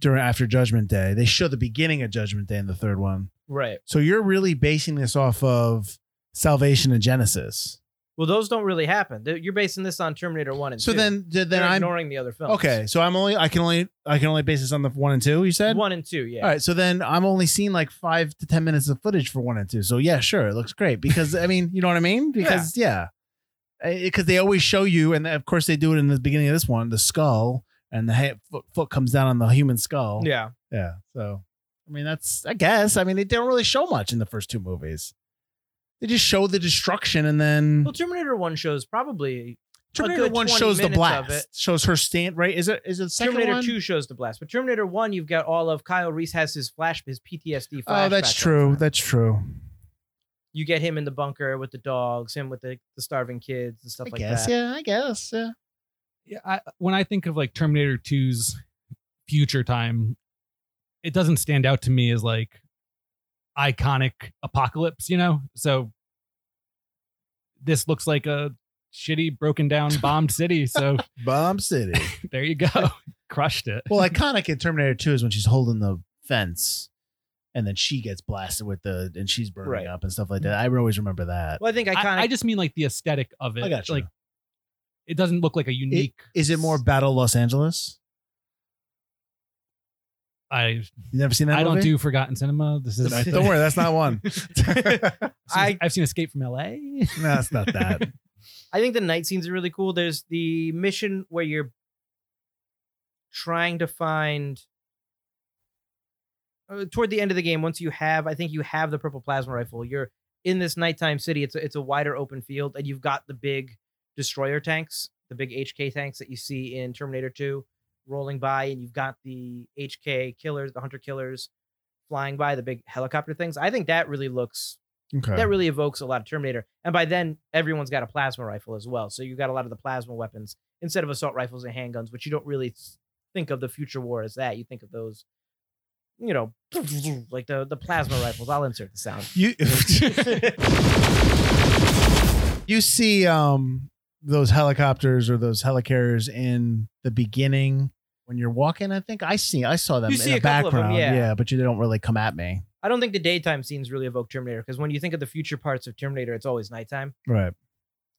Speaker 1: during after Judgment Day. They show the beginning of Judgment Day in the third one.
Speaker 2: Right.
Speaker 1: So you're really basing this off of Salvation and Genesis.
Speaker 2: Well, those don't really happen. Th- You're basing this on Terminator One and
Speaker 1: So
Speaker 2: two.
Speaker 1: then, then
Speaker 2: They're
Speaker 1: I'm
Speaker 2: ignoring the other films.
Speaker 1: Okay, so I'm only I can only I can only base this on the one and two. You said
Speaker 2: one and two. Yeah,
Speaker 1: All right, so then I'm only seeing like five to ten minutes of footage for one and two. So yeah, sure, it looks great because I mean, you know what I mean? Because yeah, because they always show you, and of course they do it in the beginning of this one, the skull and the head, foot, foot comes down on the human skull.
Speaker 2: yeah.
Speaker 1: yeah. So I mean, that's I guess I mean they don't really show much in the first two movies. They just show the destruction, and then
Speaker 2: Well, Terminator One shows probably
Speaker 1: Terminator
Speaker 2: good
Speaker 1: One
Speaker 2: 20
Speaker 1: shows the
Speaker 2: minutes of
Speaker 1: blast,
Speaker 2: it.
Speaker 1: shows her stand right. Is it is it the second
Speaker 2: Terminator
Speaker 1: one?
Speaker 2: Two shows the blast, but Terminator One you've got all of Kyle Reese has his flash, his PTSD.
Speaker 1: Oh, that's
Speaker 2: flashback
Speaker 1: true.
Speaker 2: all the time.
Speaker 1: That's true.
Speaker 2: you get him in the bunker with the dogs, him with the, the starving kids and stuff
Speaker 1: I
Speaker 2: like
Speaker 1: guess.
Speaker 2: that.
Speaker 1: Yeah, I guess. Yeah.
Speaker 3: Yeah, I, when I think of like Terminator 2's future time, it doesn't stand out to me as like iconic apocalypse, you know? So this looks like a shitty, broken down, bombed city. So
Speaker 1: Bomb City.
Speaker 3: there you go. Crushed it.
Speaker 1: well, iconic in Terminator 2 is when she's holding the fence and then she gets blasted with the, and she's burning
Speaker 2: Right.
Speaker 1: up and stuff like that. I always remember that.
Speaker 2: Well, I think iconic.
Speaker 3: I, I just mean like the aesthetic of it.
Speaker 1: I gotcha.
Speaker 3: Like it doesn't look like a unique.
Speaker 1: Is it more Battle Los Angeles?
Speaker 3: I
Speaker 1: You never seen that
Speaker 3: I don't
Speaker 1: movie?
Speaker 3: do forgotten cinema. This is
Speaker 1: Don't worry, that's not one. no,
Speaker 3: I, I've seen Escape from L.A.
Speaker 1: it's not that.
Speaker 2: I think the night scenes are really cool. There's the mission where you're trying to find uh, toward the end of the game. Once you have, I think you have the purple plasma rifle. You're in this nighttime city. It's a, it's a wider open field, and you've got the big destroyer tanks, the big HK tanks that you see in Terminator Two, rolling by, and you've got the HK killers, the hunter killers, flying by the big helicopter things. I think that really looks
Speaker 1: Okay.
Speaker 2: that really evokes a lot of Terminator. And by then, everyone's got a plasma rifle as well. So you got a lot of the plasma weapons instead of assault rifles and handguns, which you don't really s- think of the future war as that. You think of those, you know, like the, the plasma rifles. I'll insert the sound.
Speaker 1: you, you see um, those helicopters or those helicarriers in the beginning. When you're walking, I think I see I saw them
Speaker 2: You
Speaker 1: in
Speaker 2: see
Speaker 1: the
Speaker 2: a couple of them,
Speaker 1: background.
Speaker 2: yeah.
Speaker 1: but you they don't really come at me.
Speaker 2: I don't think the daytime scenes really evoke Terminator because when you think of the future parts of Terminator, it's always nighttime.
Speaker 1: Right.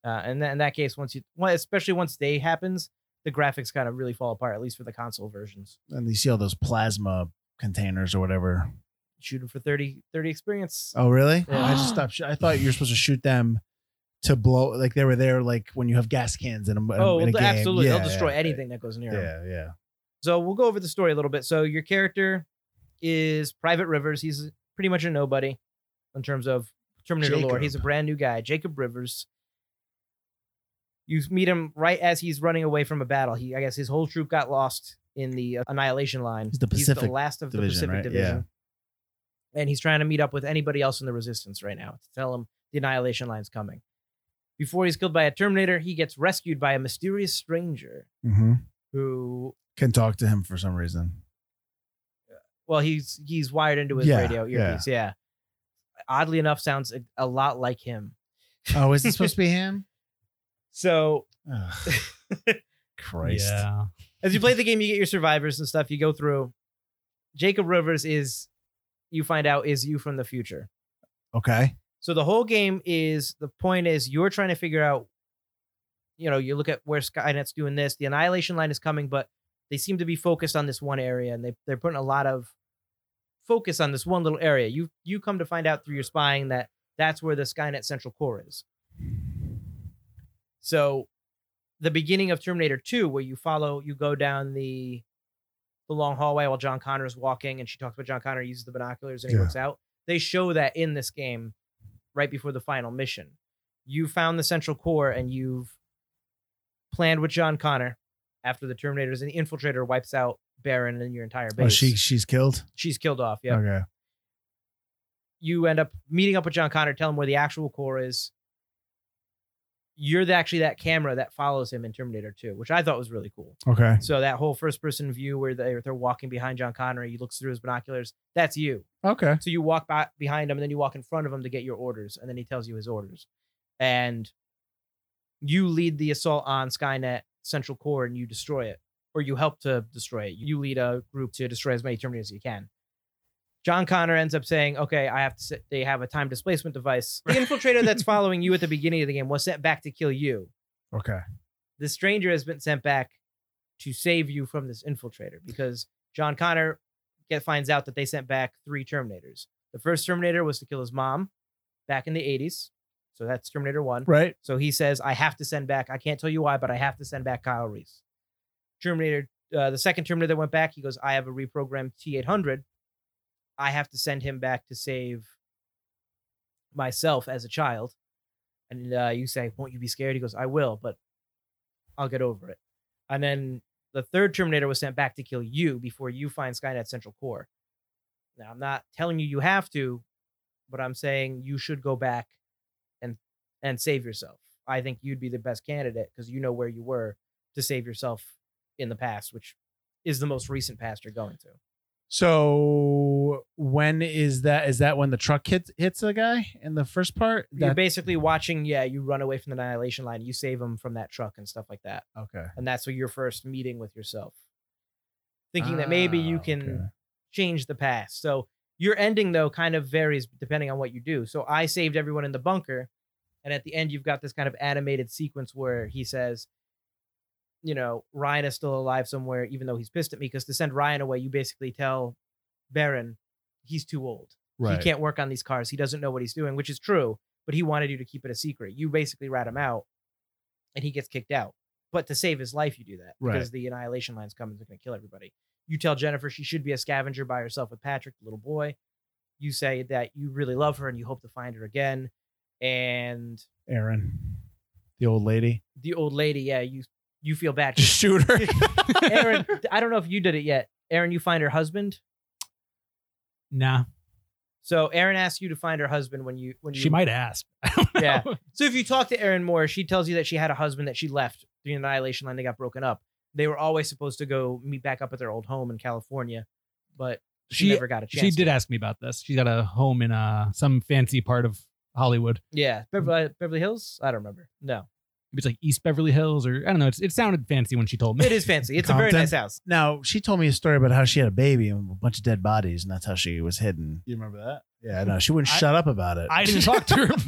Speaker 2: Uh, and th- in that case, once you, well, especially once day happens, the graphics kind of really fall apart, at least for the console versions.
Speaker 1: And you see all those plasma containers or whatever.
Speaker 2: shooting for 30, 30 experience.
Speaker 1: Oh, really?
Speaker 2: Yeah.
Speaker 1: I just stopped. sh- I thought you were supposed to shoot them to blow. Like they were there, like when you have gas cans in a, in a-
Speaker 2: Oh,
Speaker 1: in a game.
Speaker 2: absolutely.
Speaker 1: Yeah,
Speaker 2: They'll destroy
Speaker 1: yeah,
Speaker 2: anything that goes near them.
Speaker 1: Yeah, yeah.
Speaker 2: So we'll go over the story a little bit. So your character is Private Rivers. He's pretty much a nobody in terms of Terminator lore.
Speaker 1: Jacob.
Speaker 2: He's a brand new guy, Jacob Rivers. You meet him right as he's running away from a battle. He, I guess, his whole troop got lost in the uh, Annihilation Line.
Speaker 1: He's the Pacific
Speaker 2: last of the
Speaker 1: Division,
Speaker 2: Pacific
Speaker 1: right? Yeah.
Speaker 2: Division. And he's trying to meet up with anybody else in the Resistance right now to tell him the Annihilation Line's coming. Before he's killed by a Terminator, he gets rescued by a mysterious stranger
Speaker 1: Mm-hmm.
Speaker 2: who
Speaker 1: Can talk to him for some reason.
Speaker 2: Well, he's he's wired into his
Speaker 1: Yeah,
Speaker 2: radio earpiece. Yeah. Oddly enough, sounds a, a lot like him.
Speaker 1: Oh, is it supposed to be him?
Speaker 2: So
Speaker 1: Ugh. Christ.
Speaker 3: Yeah.
Speaker 2: as you play the game, you get your survivors and stuff. You go through. Jacob Rivers is, you find out, is you from the future.
Speaker 1: Okay.
Speaker 2: So the whole game is the point is you're trying to figure out. You know, you look at where Skynet's doing this. The Annihilation Line is coming, but they seem to be focused on this one area, and they they're putting a lot of focus on this one little area. You you come to find out through your spying that that's where the Skynet Central Core is. So, the beginning of Terminator 2, where you follow, you go down the the long hallway while John Connor is walking, and she talks about John Connor uses the binoculars and he
Speaker 1: Yeah.
Speaker 2: looks out. They show that in this game, right before the final mission. You found the Central Core, and you've planned with John Connor after the Terminators and the Infiltrator wipes out Baron and your entire base.
Speaker 1: Oh, she she's killed.
Speaker 2: she's killed off. Yeah
Speaker 1: Okay.
Speaker 2: you end up meeting up with John Connor, tell him where the actual core is. You're the, actually that camera that follows him in Terminator 2, which I thought was really cool.
Speaker 1: Okay.
Speaker 2: So that whole first person view where they're, they're walking behind John Connor, he looks through his binoculars. That's you.
Speaker 1: Okay.
Speaker 2: So you walk by, behind him, and then you walk in front of him to get your orders, and then he tells you his orders, and you lead the assault on Skynet Central Core, and you destroy it, or you help to destroy it. You lead a group to destroy as many Terminators as you can. John Connor ends up saying, "Okay, I have to." Sit, they have a time displacement device. The infiltrator that's following you at the beginning of the game was sent back to kill you.
Speaker 1: Okay.
Speaker 2: The stranger has been sent back to save you from this infiltrator because John Connor get, finds out that they sent back three Terminators. The first Terminator was to kill his mom back in the 80s. So that's Terminator 1.
Speaker 1: Right.
Speaker 2: So he says, I have to send back, I can't tell you why, but I have to send back Kyle Reese. Terminator, uh, the second Terminator that went back, he goes, I have a reprogrammed T 800. I have to send him back to save myself as a child. And uh, you say, Won't you be scared? He goes, I will, but I'll get over it. And then the third Terminator was sent back to kill you before you find Skynet Central Core. Now, I'm not telling you you have to, but I'm saying you should go back and and save yourself. I think you'd be the best candidate because you know where you were to save yourself in the past, which is the most recent past you're going to.
Speaker 1: So when is that? Is that when the truck hits hits the guy in the first part?
Speaker 2: You're
Speaker 1: That-
Speaker 2: basically watching, yeah, you run away from the annihilation line, you save him from that truck and stuff like that.
Speaker 1: okay.
Speaker 2: And that's what your first meeting with yourself. Thinking that maybe you
Speaker 1: Ah,
Speaker 2: can
Speaker 1: okay.
Speaker 2: change the past. So your ending though kind of varies depending on what you do. So I saved everyone in the bunker, and at the end you've got this kind of animated sequence where he says, you know, Ryan is still alive somewhere, even though he's pissed at me. Because to send Ryan away, you basically tell Baron he's too old.
Speaker 1: Right.
Speaker 2: He can't work on these cars. He doesn't know what he's doing, which is true, but he wanted you to keep it a secret. You basically rat him out and he gets kicked out. But to save his life, you do that
Speaker 1: Right.
Speaker 2: because the annihilation line's coming. They're going to kill everybody. You tell Jennifer she should be a scavenger by herself with Patrick, the little boy. You say that you really love her and you hope to find her again. And
Speaker 1: Aaron, the old lady,
Speaker 2: the old lady, yeah, you you feel bad.
Speaker 1: just shoot her.
Speaker 2: Aaron, I don't know if you did it yet. Aaron, you find her husband.
Speaker 3: Nah.
Speaker 2: So Aaron asks you to find her husband when you when you
Speaker 3: She might ask. I don't know.
Speaker 2: Yeah. So if you talk to Erin Moore, she tells you that she had a husband that she left the Annihilation Line. They got broken up. They were always supposed to go meet back up at their old home in California, but she,
Speaker 3: She-
Speaker 2: never got a chance.
Speaker 3: She did
Speaker 2: to.
Speaker 3: ask me about this. She's got a home in uh some fancy part of Hollywood.
Speaker 2: Yeah, Beverly, Beverly Hills. I don't remember. No,
Speaker 3: Maybe it's like East Beverly Hills or I don't know. It's, it sounded fancy when she told me.
Speaker 2: it is fancy. It's a very
Speaker 1: Compton?
Speaker 2: nice house.
Speaker 1: now she told me a story about how she had a baby and a bunch of dead bodies, and that's how she was hidden. You remember that? Yeah, no, she wouldn't
Speaker 3: I-
Speaker 1: shut up about it.
Speaker 3: I didn't talk to her.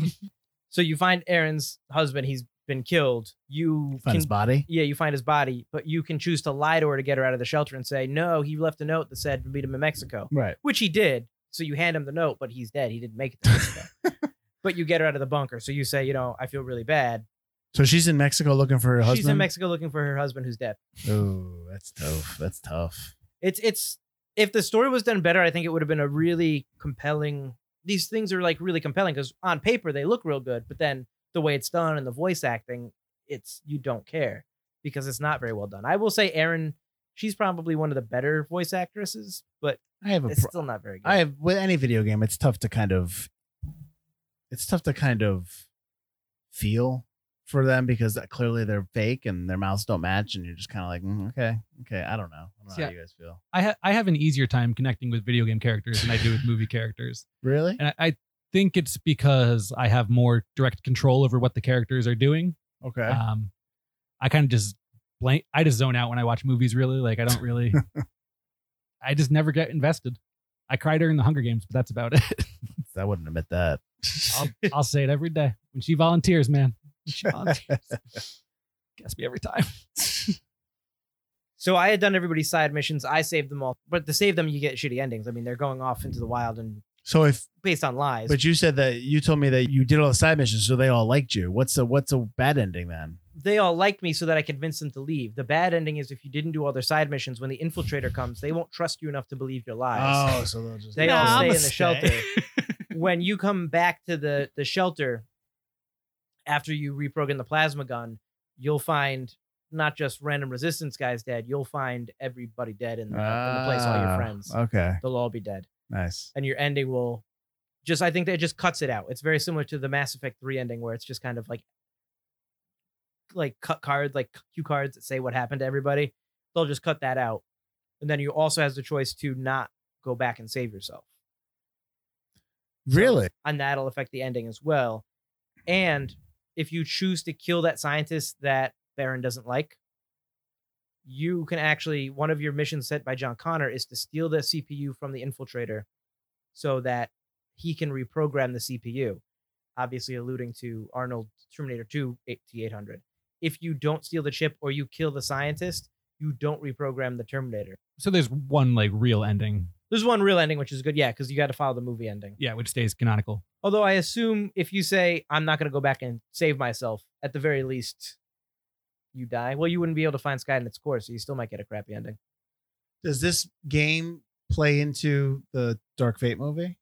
Speaker 2: So you find Aaron's husband. He's been killed, you
Speaker 1: Find
Speaker 2: can
Speaker 1: his body.
Speaker 2: yeah, you find his body, but you can choose to lie to her to get her out of the shelter and say, no, he left a note that said meet him in Mexico,
Speaker 1: Right.
Speaker 2: which he did. So you hand him the note, but he's dead. He didn't make it to Mexico. but you get her out of the bunker. So you say, you know, I feel really bad.
Speaker 1: So she's in Mexico looking for her husband.
Speaker 2: She's in Mexico looking for her husband who's dead.
Speaker 1: Oh, that's tough. That's tough.
Speaker 2: It's it's if the story was done better, I think it would have been a really compelling. These things are like really compelling because on paper they look real good, but then the way it's done and the voice acting, it's you don't care because it's not very well done. I will say, Erin, she's probably one of the better voice actresses, but
Speaker 1: I have a
Speaker 2: it's
Speaker 1: pro-
Speaker 2: still not very good.
Speaker 1: I have with any video game, it's tough to kind of it's tough to kind of feel for them because that- clearly they're fake and their mouths don't match and you're just kind of like, mm, okay, okay, I don't know. I don't know
Speaker 3: Yeah.
Speaker 1: how you guys feel.
Speaker 3: I ha- I have an easier time connecting with video game characters than I do with movie characters,
Speaker 1: Really?
Speaker 3: and I, I think it's because I have more direct control over what the characters are doing.
Speaker 1: Okay.
Speaker 2: uh,
Speaker 3: Um, I kind of just blank. I just zone out when I watch movies. Really, like I don't really. I just never get invested. I cry during the Hunger Games, but that's about it.
Speaker 1: I wouldn't admit that.
Speaker 3: I'll, I'll say it every day when she volunteers, man. When She volunteers. Gets me every time.
Speaker 2: So I had done everybody's side missions. I saved them all, but to save them, you get shitty endings. I mean, they're going off into the wild and
Speaker 1: so if
Speaker 2: based on lies.
Speaker 1: but you said that you told me that you did all the side missions so they all liked you. What's a what's a bad ending then?
Speaker 2: they all liked me so that I convinced them to leave. The bad ending is if you didn't do all their side missions, when the infiltrator comes, they won't trust you enough to believe your lies.
Speaker 1: Oh, so they'll just
Speaker 2: They all
Speaker 1: Nah,
Speaker 2: stay
Speaker 1: I'ma
Speaker 2: in the shelter. when you come back to the, the shelter after you reprogram the plasma gun, you'll find not just random resistance guys dead, you'll find everybody dead in the, in the place, all your
Speaker 1: Ah,
Speaker 2: friends.
Speaker 1: Okay.
Speaker 2: They'll all be dead.
Speaker 1: Nice.
Speaker 2: and your ending will just I think that it just cuts it out. It's very similar to the Mass Effect 3 ending where it's just kind of like like cut cards, like cue cards that say what happened to everybody. They'll just cut that out. And then you also has the choice to not go back and save yourself.
Speaker 1: Really?
Speaker 2: And that'll affect the ending as well. And if you choose to kill that scientist that Baron doesn't like, you can actually one of your missions set by John Connor is to steal the CPU from the infiltrator so that he can reprogram the CPU. Obviously, alluding to Arnold Terminator 2 T800. If you don't steal the chip or you kill the scientist, you don't reprogram the Terminator.
Speaker 3: So there's one like real ending,
Speaker 2: There's one real ending, which is good. Yeah, because you got to follow the movie ending.
Speaker 3: yeah, which stays canonical.
Speaker 2: Although I assume if you say I'm not going to go back and save myself, at the very least, you die. Well, you wouldn't be able to find Sky in its core, so you still might get a crappy ending.
Speaker 1: Does this game play into the Dark Fate movie?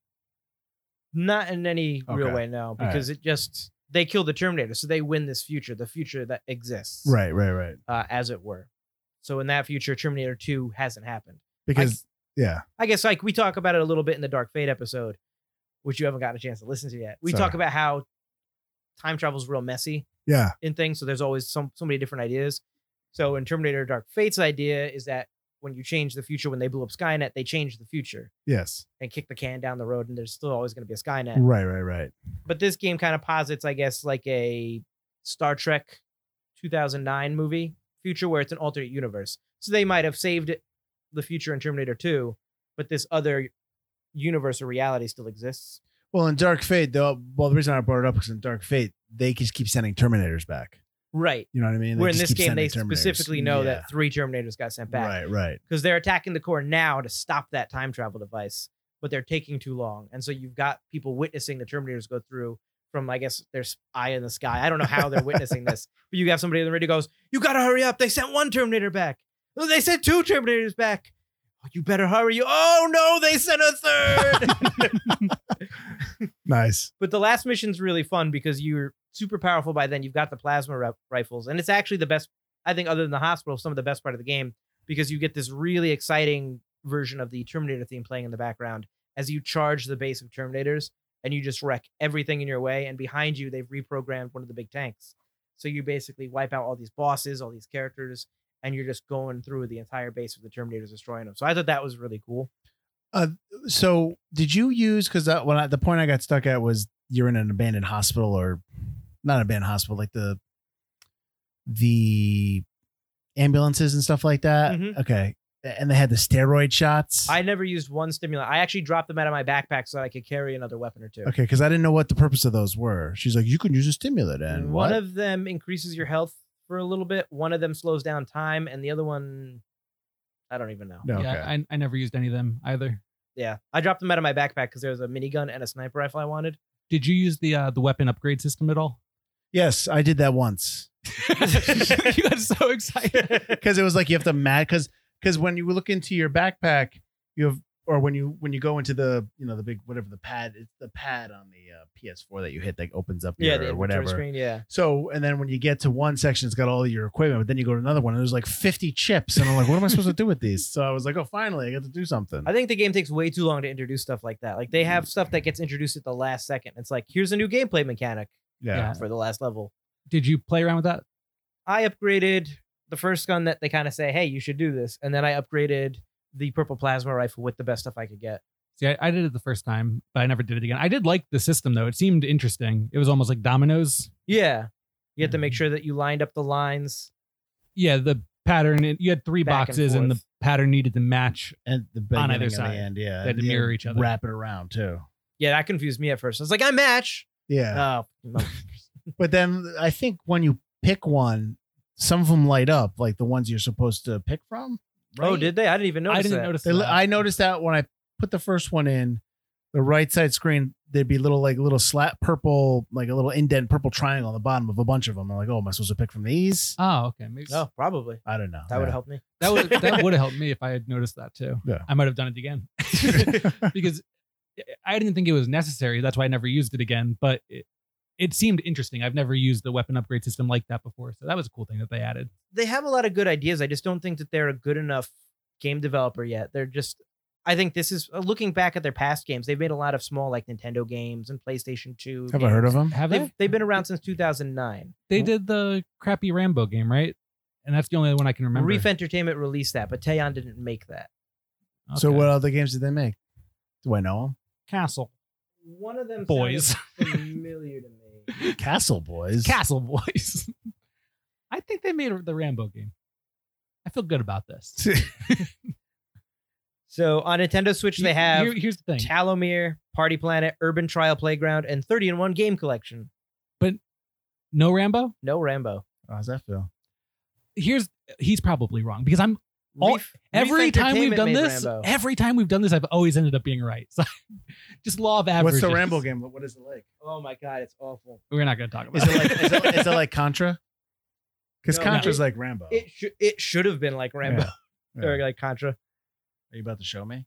Speaker 2: Not in any real
Speaker 1: Okay.
Speaker 2: way, no,
Speaker 1: right.
Speaker 2: because it just they kill the Terminator, so they win this future, the future that exists,
Speaker 1: Right, right, right.
Speaker 2: uh, as it were. So in that future, Terminator Two hasn't happened.
Speaker 1: Because yeah,
Speaker 2: I guess like we talk about it a little bit in the Dark Fate episode, which you haven't gotten a chance to listen to yet. We
Speaker 1: Sorry.
Speaker 2: talk about how time travel's real messy.
Speaker 1: yeah,
Speaker 2: in things. So there's always some so many different ideas. So in Terminator Dark Fate's idea is that when you change the future, when they blew up Skynet, they changed the future
Speaker 1: yes.
Speaker 2: and kicked the can down the road, and there's still always going to be a Skynet.
Speaker 1: Right, right, right.
Speaker 2: But this game kind of posits, I guess, like a Star Trek 2009 movie future where it's an alternate universe. So they might have saved the future in Terminator 2, but this other universe or reality still exists.
Speaker 1: Well, in Dark Fate, though, well, the reason I brought it up is in Dark Fate, they just keep sending Terminators back.
Speaker 2: Right.
Speaker 1: You know what I mean? They
Speaker 2: Where in
Speaker 1: just
Speaker 2: this
Speaker 1: keep
Speaker 2: game they
Speaker 1: sending Terminators.
Speaker 2: specifically know
Speaker 1: Yeah.
Speaker 2: that three Terminators got sent back.
Speaker 1: Right, right.
Speaker 2: because they're attacking the core now to stop that time travel device, but they're taking too long. And so you've got people witnessing the Terminators go through from, I guess, their s- eye in the sky. I don't know how they're witnessing this, but you have somebody in the radio goes, You got to hurry up. They sent one Terminator back. "Oh, They sent two Terminators back. "Oh, You better hurry. Oh, no, they sent a third.
Speaker 1: Nice.
Speaker 2: but the last mission's really fun because you're super powerful by then. You've got the plasma ri- rifles, and it's actually the best, I think, other than the hospital, some of the best part of the game because you get this really exciting version of the Terminator theme playing in the background as you charge the base of Terminators and you just wreck everything in your way. And behind you, they've reprogrammed one of the big tanks. So you basically wipe out all these bosses, all these characters, and you're just going through the entire base of the Terminators, destroying them. So I thought that was really cool.
Speaker 1: So, did you use because when I, the point I got stuck at was you're in an abandoned hospital or not an abandoned hospital, like the the ambulances and stuff like that.
Speaker 2: Mhm.
Speaker 1: Okay. and they had the steroid shots.
Speaker 2: I never used one stimulant. I actually dropped them out of my backpack so that I could carry another weapon or two.
Speaker 1: okay, because I didn't know what the purpose of those were. She's like, you can use a stimulant and
Speaker 2: one
Speaker 1: what?
Speaker 2: of them increases your health for a little bit. One of them slows down time, and the other one, I don't even know.
Speaker 1: no,
Speaker 3: Yeah,
Speaker 1: okay.
Speaker 3: I, I never used any of them either.
Speaker 2: Yeah, I dropped them out of my backpack because there was a minigun and a sniper rifle I wanted.
Speaker 3: Did you use the uh, the weapon upgrade system at all?
Speaker 1: yes, I did that once
Speaker 3: you got so excited.
Speaker 1: because it was like you have to mat because because when you look into your backpack, you have or when you when you go into the you know the big whatever the pad it's the pad on the uh, PS4 that you hit that opens up
Speaker 2: yeah,
Speaker 1: yeah,
Speaker 2: the
Speaker 1: your, or
Speaker 2: inventory
Speaker 1: whatever.
Speaker 2: screen. Yeah,
Speaker 1: So, and then when you get to one section, it's got all your equipment, but then you go to another one and there's like 50 chips. And I'm like, what am I supposed to do with these? So I was like, oh, finally, I get to do something.
Speaker 2: I think the game takes way too long to introduce stuff like that. Like they have stuff that gets introduced at the last second. It's like here's a new gameplay mechanic
Speaker 1: yeah.
Speaker 2: for the last level.
Speaker 3: Did you play around with that?
Speaker 2: I upgraded the first gun that they kind of say, hey, you should do this, and then I upgraded the purple plasma rifle with the best stuff I could get.
Speaker 3: See, I, I did it the first time, but I never did it again. I did like the system though; it seemed interesting. It was almost like dominoes.
Speaker 2: Yeah, you had to make
Speaker 3: Mhm.
Speaker 1: Hmm.
Speaker 2: sure that you lined up the lines.
Speaker 3: Yeah, the pattern. It, you had three
Speaker 2: Back and
Speaker 3: boxes, and, the
Speaker 2: forth.
Speaker 3: pattern needed to match.
Speaker 1: And the
Speaker 3: On
Speaker 1: beginning
Speaker 3: either
Speaker 1: and the
Speaker 3: side.
Speaker 1: end. Yeah.
Speaker 3: They had to
Speaker 1: Yeah,
Speaker 3: mirror each other.
Speaker 1: Wrap it around too.
Speaker 2: Yeah, that confused me at first. I was like, I match.
Speaker 1: Yeah.
Speaker 2: Oh, no.
Speaker 1: but then I think when you pick one, some of them light up, like the ones you're supposed to pick from.
Speaker 2: oh,
Speaker 1: right?
Speaker 2: did they? I didn't even notice.
Speaker 3: I didn't
Speaker 2: that.
Speaker 3: notice.
Speaker 1: They,
Speaker 3: that.
Speaker 1: I noticed that when I put the first one in, the right side screen, there'd be little like little slap purple, like a little indent purple triangle on the bottom of a bunch of them. I'm like, oh, am I supposed to pick from these?
Speaker 3: Oh, okay. Maybe
Speaker 2: No, probably.
Speaker 1: I don't know.
Speaker 2: That would help me.
Speaker 3: that would that would have helped me if I had noticed that too.
Speaker 1: Yeah.
Speaker 3: I might have done it again
Speaker 1: help.
Speaker 3: because I didn't think it was necessary. That's why I never used it again. But it, it seemed interesting. I've never used the weapon upgrade system like that before, so that was a cool thing that they added.
Speaker 2: They have a lot of good ideas. I just don't think that they're a good enough game developer yet. They're just. I think this is uh, looking back at their past games. They've made a lot of small, like Nintendo games and PlayStation Two.
Speaker 1: Have I heard of them?
Speaker 3: Have
Speaker 2: They've,
Speaker 3: they?
Speaker 2: they've been around since 2009.
Speaker 3: They did the crappy Rambo game, right? And that's the only one I can remember.
Speaker 2: Reef Entertainment released that, but Teon didn't make that.
Speaker 1: So
Speaker 3: Okay.
Speaker 1: what other games did they make? Do I know
Speaker 3: Castle
Speaker 2: One of them sounded
Speaker 3: Boys.
Speaker 2: familiar to me.
Speaker 1: them? Castle Boys.
Speaker 3: Castle Boys. I think they made the Rambo game. I feel good about this.
Speaker 2: So on Nintendo Switch, they have
Speaker 3: Here- here's the thing.
Speaker 2: Talomir, Party Planet, Urban Trial Playground, and 30 in 1 Game Collection.
Speaker 3: No Rambo.
Speaker 2: No Rambo.
Speaker 1: How's that feel?
Speaker 3: Here's he's probably wrong because I'm All-
Speaker 2: Reef- Reef
Speaker 3: every time we've
Speaker 2: Entertainment
Speaker 3: done
Speaker 2: made
Speaker 3: this, e-
Speaker 2: Rambo.
Speaker 3: every time we've done this, I've always ended up being right. So just law of averages.
Speaker 1: What's the Rambo game? What is it like?
Speaker 2: Oh my god, it's awful.
Speaker 3: We're not going to talk about
Speaker 1: Is it like is it, is it like Contra? Because
Speaker 2: No,
Speaker 1: Contra's
Speaker 2: no.
Speaker 1: like Rambo.
Speaker 2: It should it should have been like Rambo
Speaker 1: Yeah.
Speaker 2: or like Contra.
Speaker 1: Are you about to show me?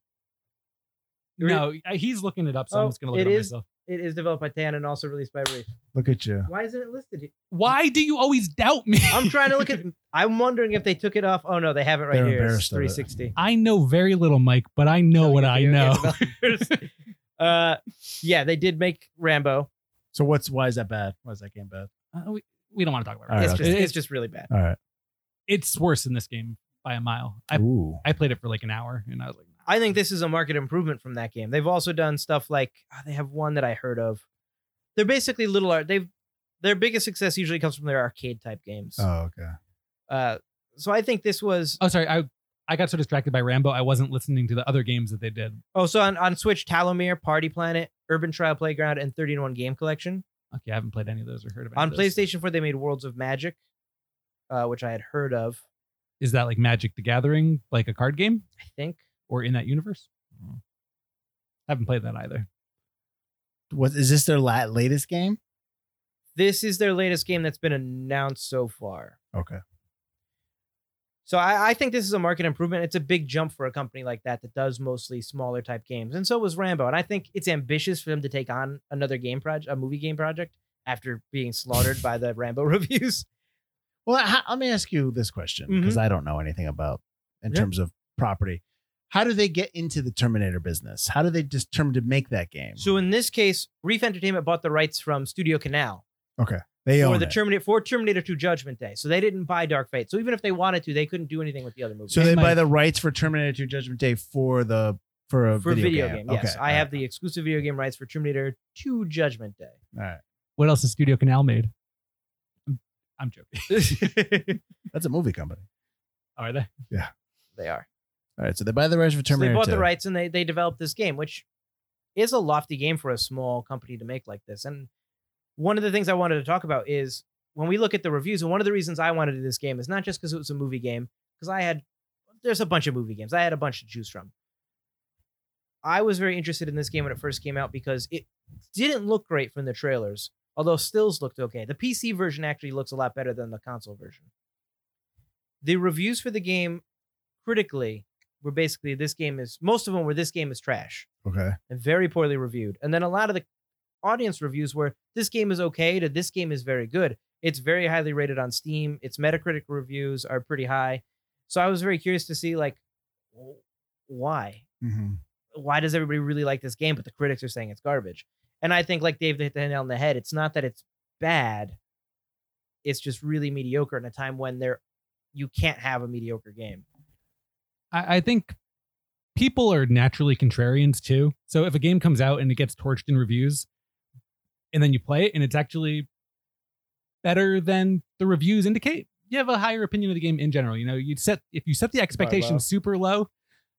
Speaker 3: no, uh, he's looking it up, so
Speaker 2: Oh,
Speaker 3: I'm just going to look
Speaker 2: it
Speaker 3: it up
Speaker 2: is-
Speaker 3: myself.
Speaker 2: It is developed by Tan and also released by Reef.
Speaker 1: Look at you.
Speaker 2: Why isn't it listed? here?
Speaker 3: Why do you always doubt me?
Speaker 2: I'm trying to look at. I'm wondering if they took it off. Oh no, they have it right
Speaker 1: They're
Speaker 2: here. It's
Speaker 1: embarrassed of
Speaker 2: 360.
Speaker 1: it.
Speaker 3: I know very little, Mike, but I know what I
Speaker 2: Video
Speaker 3: know.
Speaker 2: game developers. uh, yeah, they did make Rambo.
Speaker 1: So what's why is that bad? Why is that game bad?
Speaker 3: Uh, we, we don't want to talk about
Speaker 1: All
Speaker 3: Rambo.
Speaker 1: right,
Speaker 2: it's
Speaker 1: okay.
Speaker 2: just
Speaker 3: It-
Speaker 2: it's just really bad.
Speaker 1: All right.
Speaker 3: it's worse in this game by a mile. I
Speaker 1: Ooh.
Speaker 3: I played it for like an hour, and I was like,
Speaker 2: I think this is a market improvement from that game. They've also done stuff like ah, they have one that I heard of. They're basically little art. They've their biggest success usually comes from their arcade type games.
Speaker 1: Oh, okay.
Speaker 2: Uh, so I think this was
Speaker 3: "Oh, sorry, I." I got so distracted by Rambo, I wasn't listening to the other games that they did.
Speaker 2: oh so on, on Switch Talomir, Party Planet, Urban Trial Playground, and 30 in 1 Game Collection.
Speaker 3: Okay, I haven't played any of those or heard of any
Speaker 2: On
Speaker 3: of those.
Speaker 2: PlayStation 4, they made Worlds of Magic, uh, which I had heard of,
Speaker 3: Is that like Magic the Gathering, like a card game?
Speaker 2: I think.
Speaker 3: or in that universe.
Speaker 1: Hmm.
Speaker 3: Haven't played that either.
Speaker 1: What is this their la- latest game?
Speaker 2: This is their latest game that's been announced so far.
Speaker 1: Okay.
Speaker 2: So I, I think this is a market improvement. It's a big jump for a company like that that does mostly smaller type games, and so was Rambo. And I think it's ambitious for them to take on another game project, a movie game project, after being slaughtered by the Rambo reviews.
Speaker 1: Well, how, let me ask you this question because I don't know anything about in
Speaker 2: Mm-hmm. Yeah.
Speaker 1: terms of property. How do they get into the Terminator business? How do they determine to make that game?
Speaker 2: So in this case, Reef Entertainment bought the rights from Studio Canal
Speaker 1: they
Speaker 2: for
Speaker 1: own
Speaker 2: the
Speaker 1: it.
Speaker 2: Terminator for Terminator 2 Judgment Day. So they didn't buy Dark Fate. So even if they wanted to, they couldn't do anything with the other movies.
Speaker 1: so they
Speaker 3: Hey,
Speaker 1: buy
Speaker 3: Mike.
Speaker 1: the rights for Terminator 2 Judgment Day for the for a
Speaker 2: for
Speaker 1: video,
Speaker 2: video, game, yes, I have the exclusive video game rights for Terminator 2 Judgment Day.
Speaker 1: All right.
Speaker 3: What else has Studio Canal made? I'm, I'm joking.
Speaker 1: That's a movie company.
Speaker 3: Are they?
Speaker 2: They are.
Speaker 1: All right, so they buy the rights for
Speaker 2: So
Speaker 1: Terminator.
Speaker 2: they bought
Speaker 1: 2.
Speaker 2: the rights and they they developed this game, which is a lofty game for a small company to make like this. And one of the things I wanted to talk about is when we look at the reviews, and one of the reasons I wanted to do this game is not just because it was a movie game, because I had there's a bunch of movie games. I had a bunch to choose from. I was very interested in this game when it first came out because it didn't look great from the trailers, although stills looked okay. The PC version actually looks a lot better than the console version. The reviews for the game critically were basically this game is most of them were this game is trash
Speaker 1: Okay.
Speaker 2: and very poorly reviewed. And then a lot of the audience reviews were this game is okay to this game is very good. It's very highly rated on Steam. Its Metacritic reviews are pretty high. So I was very curious to see like w- why?
Speaker 1: Mm-hmm.
Speaker 2: Why does everybody really like this game but the critics are saying it's garbage? And I think like Dave hit the nail on the head. It's not that it's bad. It's just really mediocre in a time when there you can't have a mediocre game.
Speaker 3: I, I think people are naturally contrarians too. So if a game comes out and it gets torched in reviews, and then you play it and it's actually better than the reviews indicate, you have a higher opinion of the game in general. You know, you set if you set the expectation
Speaker 2: low.
Speaker 3: super low,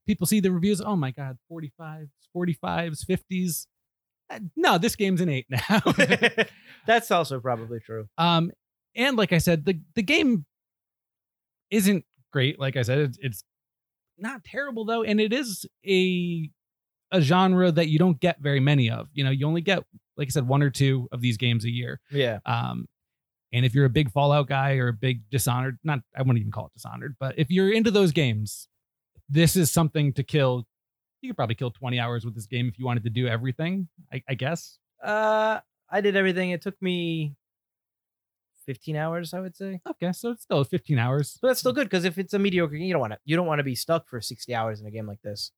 Speaker 3: people see the reviews. Oh my god, 45s, 45s, 50s. Uh, No, this game's an eight now.
Speaker 2: That's also probably true.
Speaker 3: Um, and like I said, the the game isn't great. Like I said, it's, it's not terrible though, and it is a a genre that you don't get very many of. You know, you only get like I said, one or two of these games a year.
Speaker 2: Yeah.
Speaker 3: Um, and if you're a big Fallout guy or a big Dishonored, not I wouldn't even call it Dishonored, but if you're into those games, this is something to kill. You could probably kill 20 hours with this game if you wanted to do everything. I, I guess.
Speaker 2: Uh, I did everything. It took me 15 hours, I would say.
Speaker 3: Okay, so it's still 15 hours.
Speaker 2: But that's still good because if it's a mediocre game, you don't want to you don't want to be stuck for 60 hours in a game like this.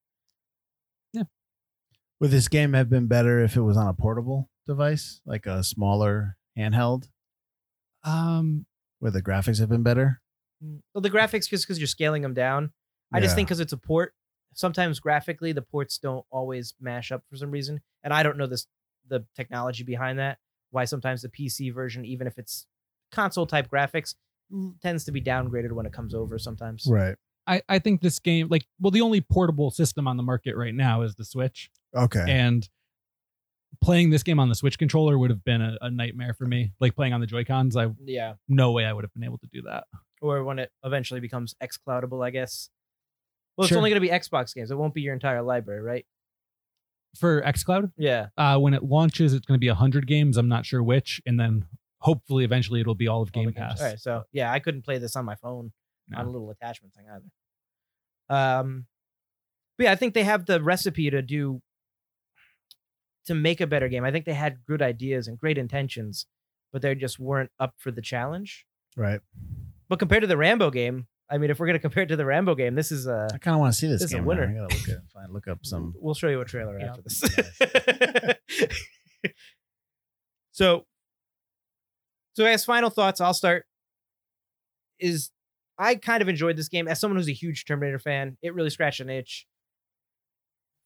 Speaker 1: Would this game have been better if it was on a portable device, like a smaller handheld,
Speaker 3: Um,
Speaker 1: where the graphics have been better?
Speaker 2: Well, the graphics just because you're scaling them down. I just think because it's a port, sometimes graphically the ports don't always mash up for some reason, and I don't know this the technology behind that. Why sometimes the PC version, even if it's console type graphics, tends to be downgraded when it comes over sometimes.
Speaker 1: Right.
Speaker 3: I, I think this game, like, well, the only portable system on the market right now is the Switch,
Speaker 1: Okay.
Speaker 3: and playing this game on the Switch controller would have been a, a nightmare for me. Like playing on the Joy Cons, I
Speaker 2: Yeah.
Speaker 3: no way I would have been able to do that.
Speaker 2: or when it eventually becomes xcloudable i guess well it's
Speaker 3: Sure.
Speaker 2: only going to be xbox games it won't be your entire library right
Speaker 3: For XCloud,
Speaker 2: yeah
Speaker 3: uh, when it launches, it's going to be hundred games. I'm not sure which, and then hopefully, eventually, it'll be all of Game Pass.
Speaker 2: all right so yeah i couldn't play this on my phone on a
Speaker 3: No.
Speaker 2: little attachment thing either um but yeah i think they have the recipe to do to make a better game i think they had good ideas and great intentions but they just weren't up for the challenge
Speaker 1: Right.
Speaker 2: but compared to the rambo game i mean if we're going to compare it to the rambo game this is uh
Speaker 1: I kind of want to see this,
Speaker 2: This is a
Speaker 1: game. now.
Speaker 2: winner.
Speaker 1: I gotta look at find look up some.
Speaker 2: We'll show you a trailer
Speaker 3: Yeah.
Speaker 2: after this. so, so as final thoughts, I'll start. Is I kind of enjoyed this game as someone who's a huge Terminator fan. It really scratched an itch.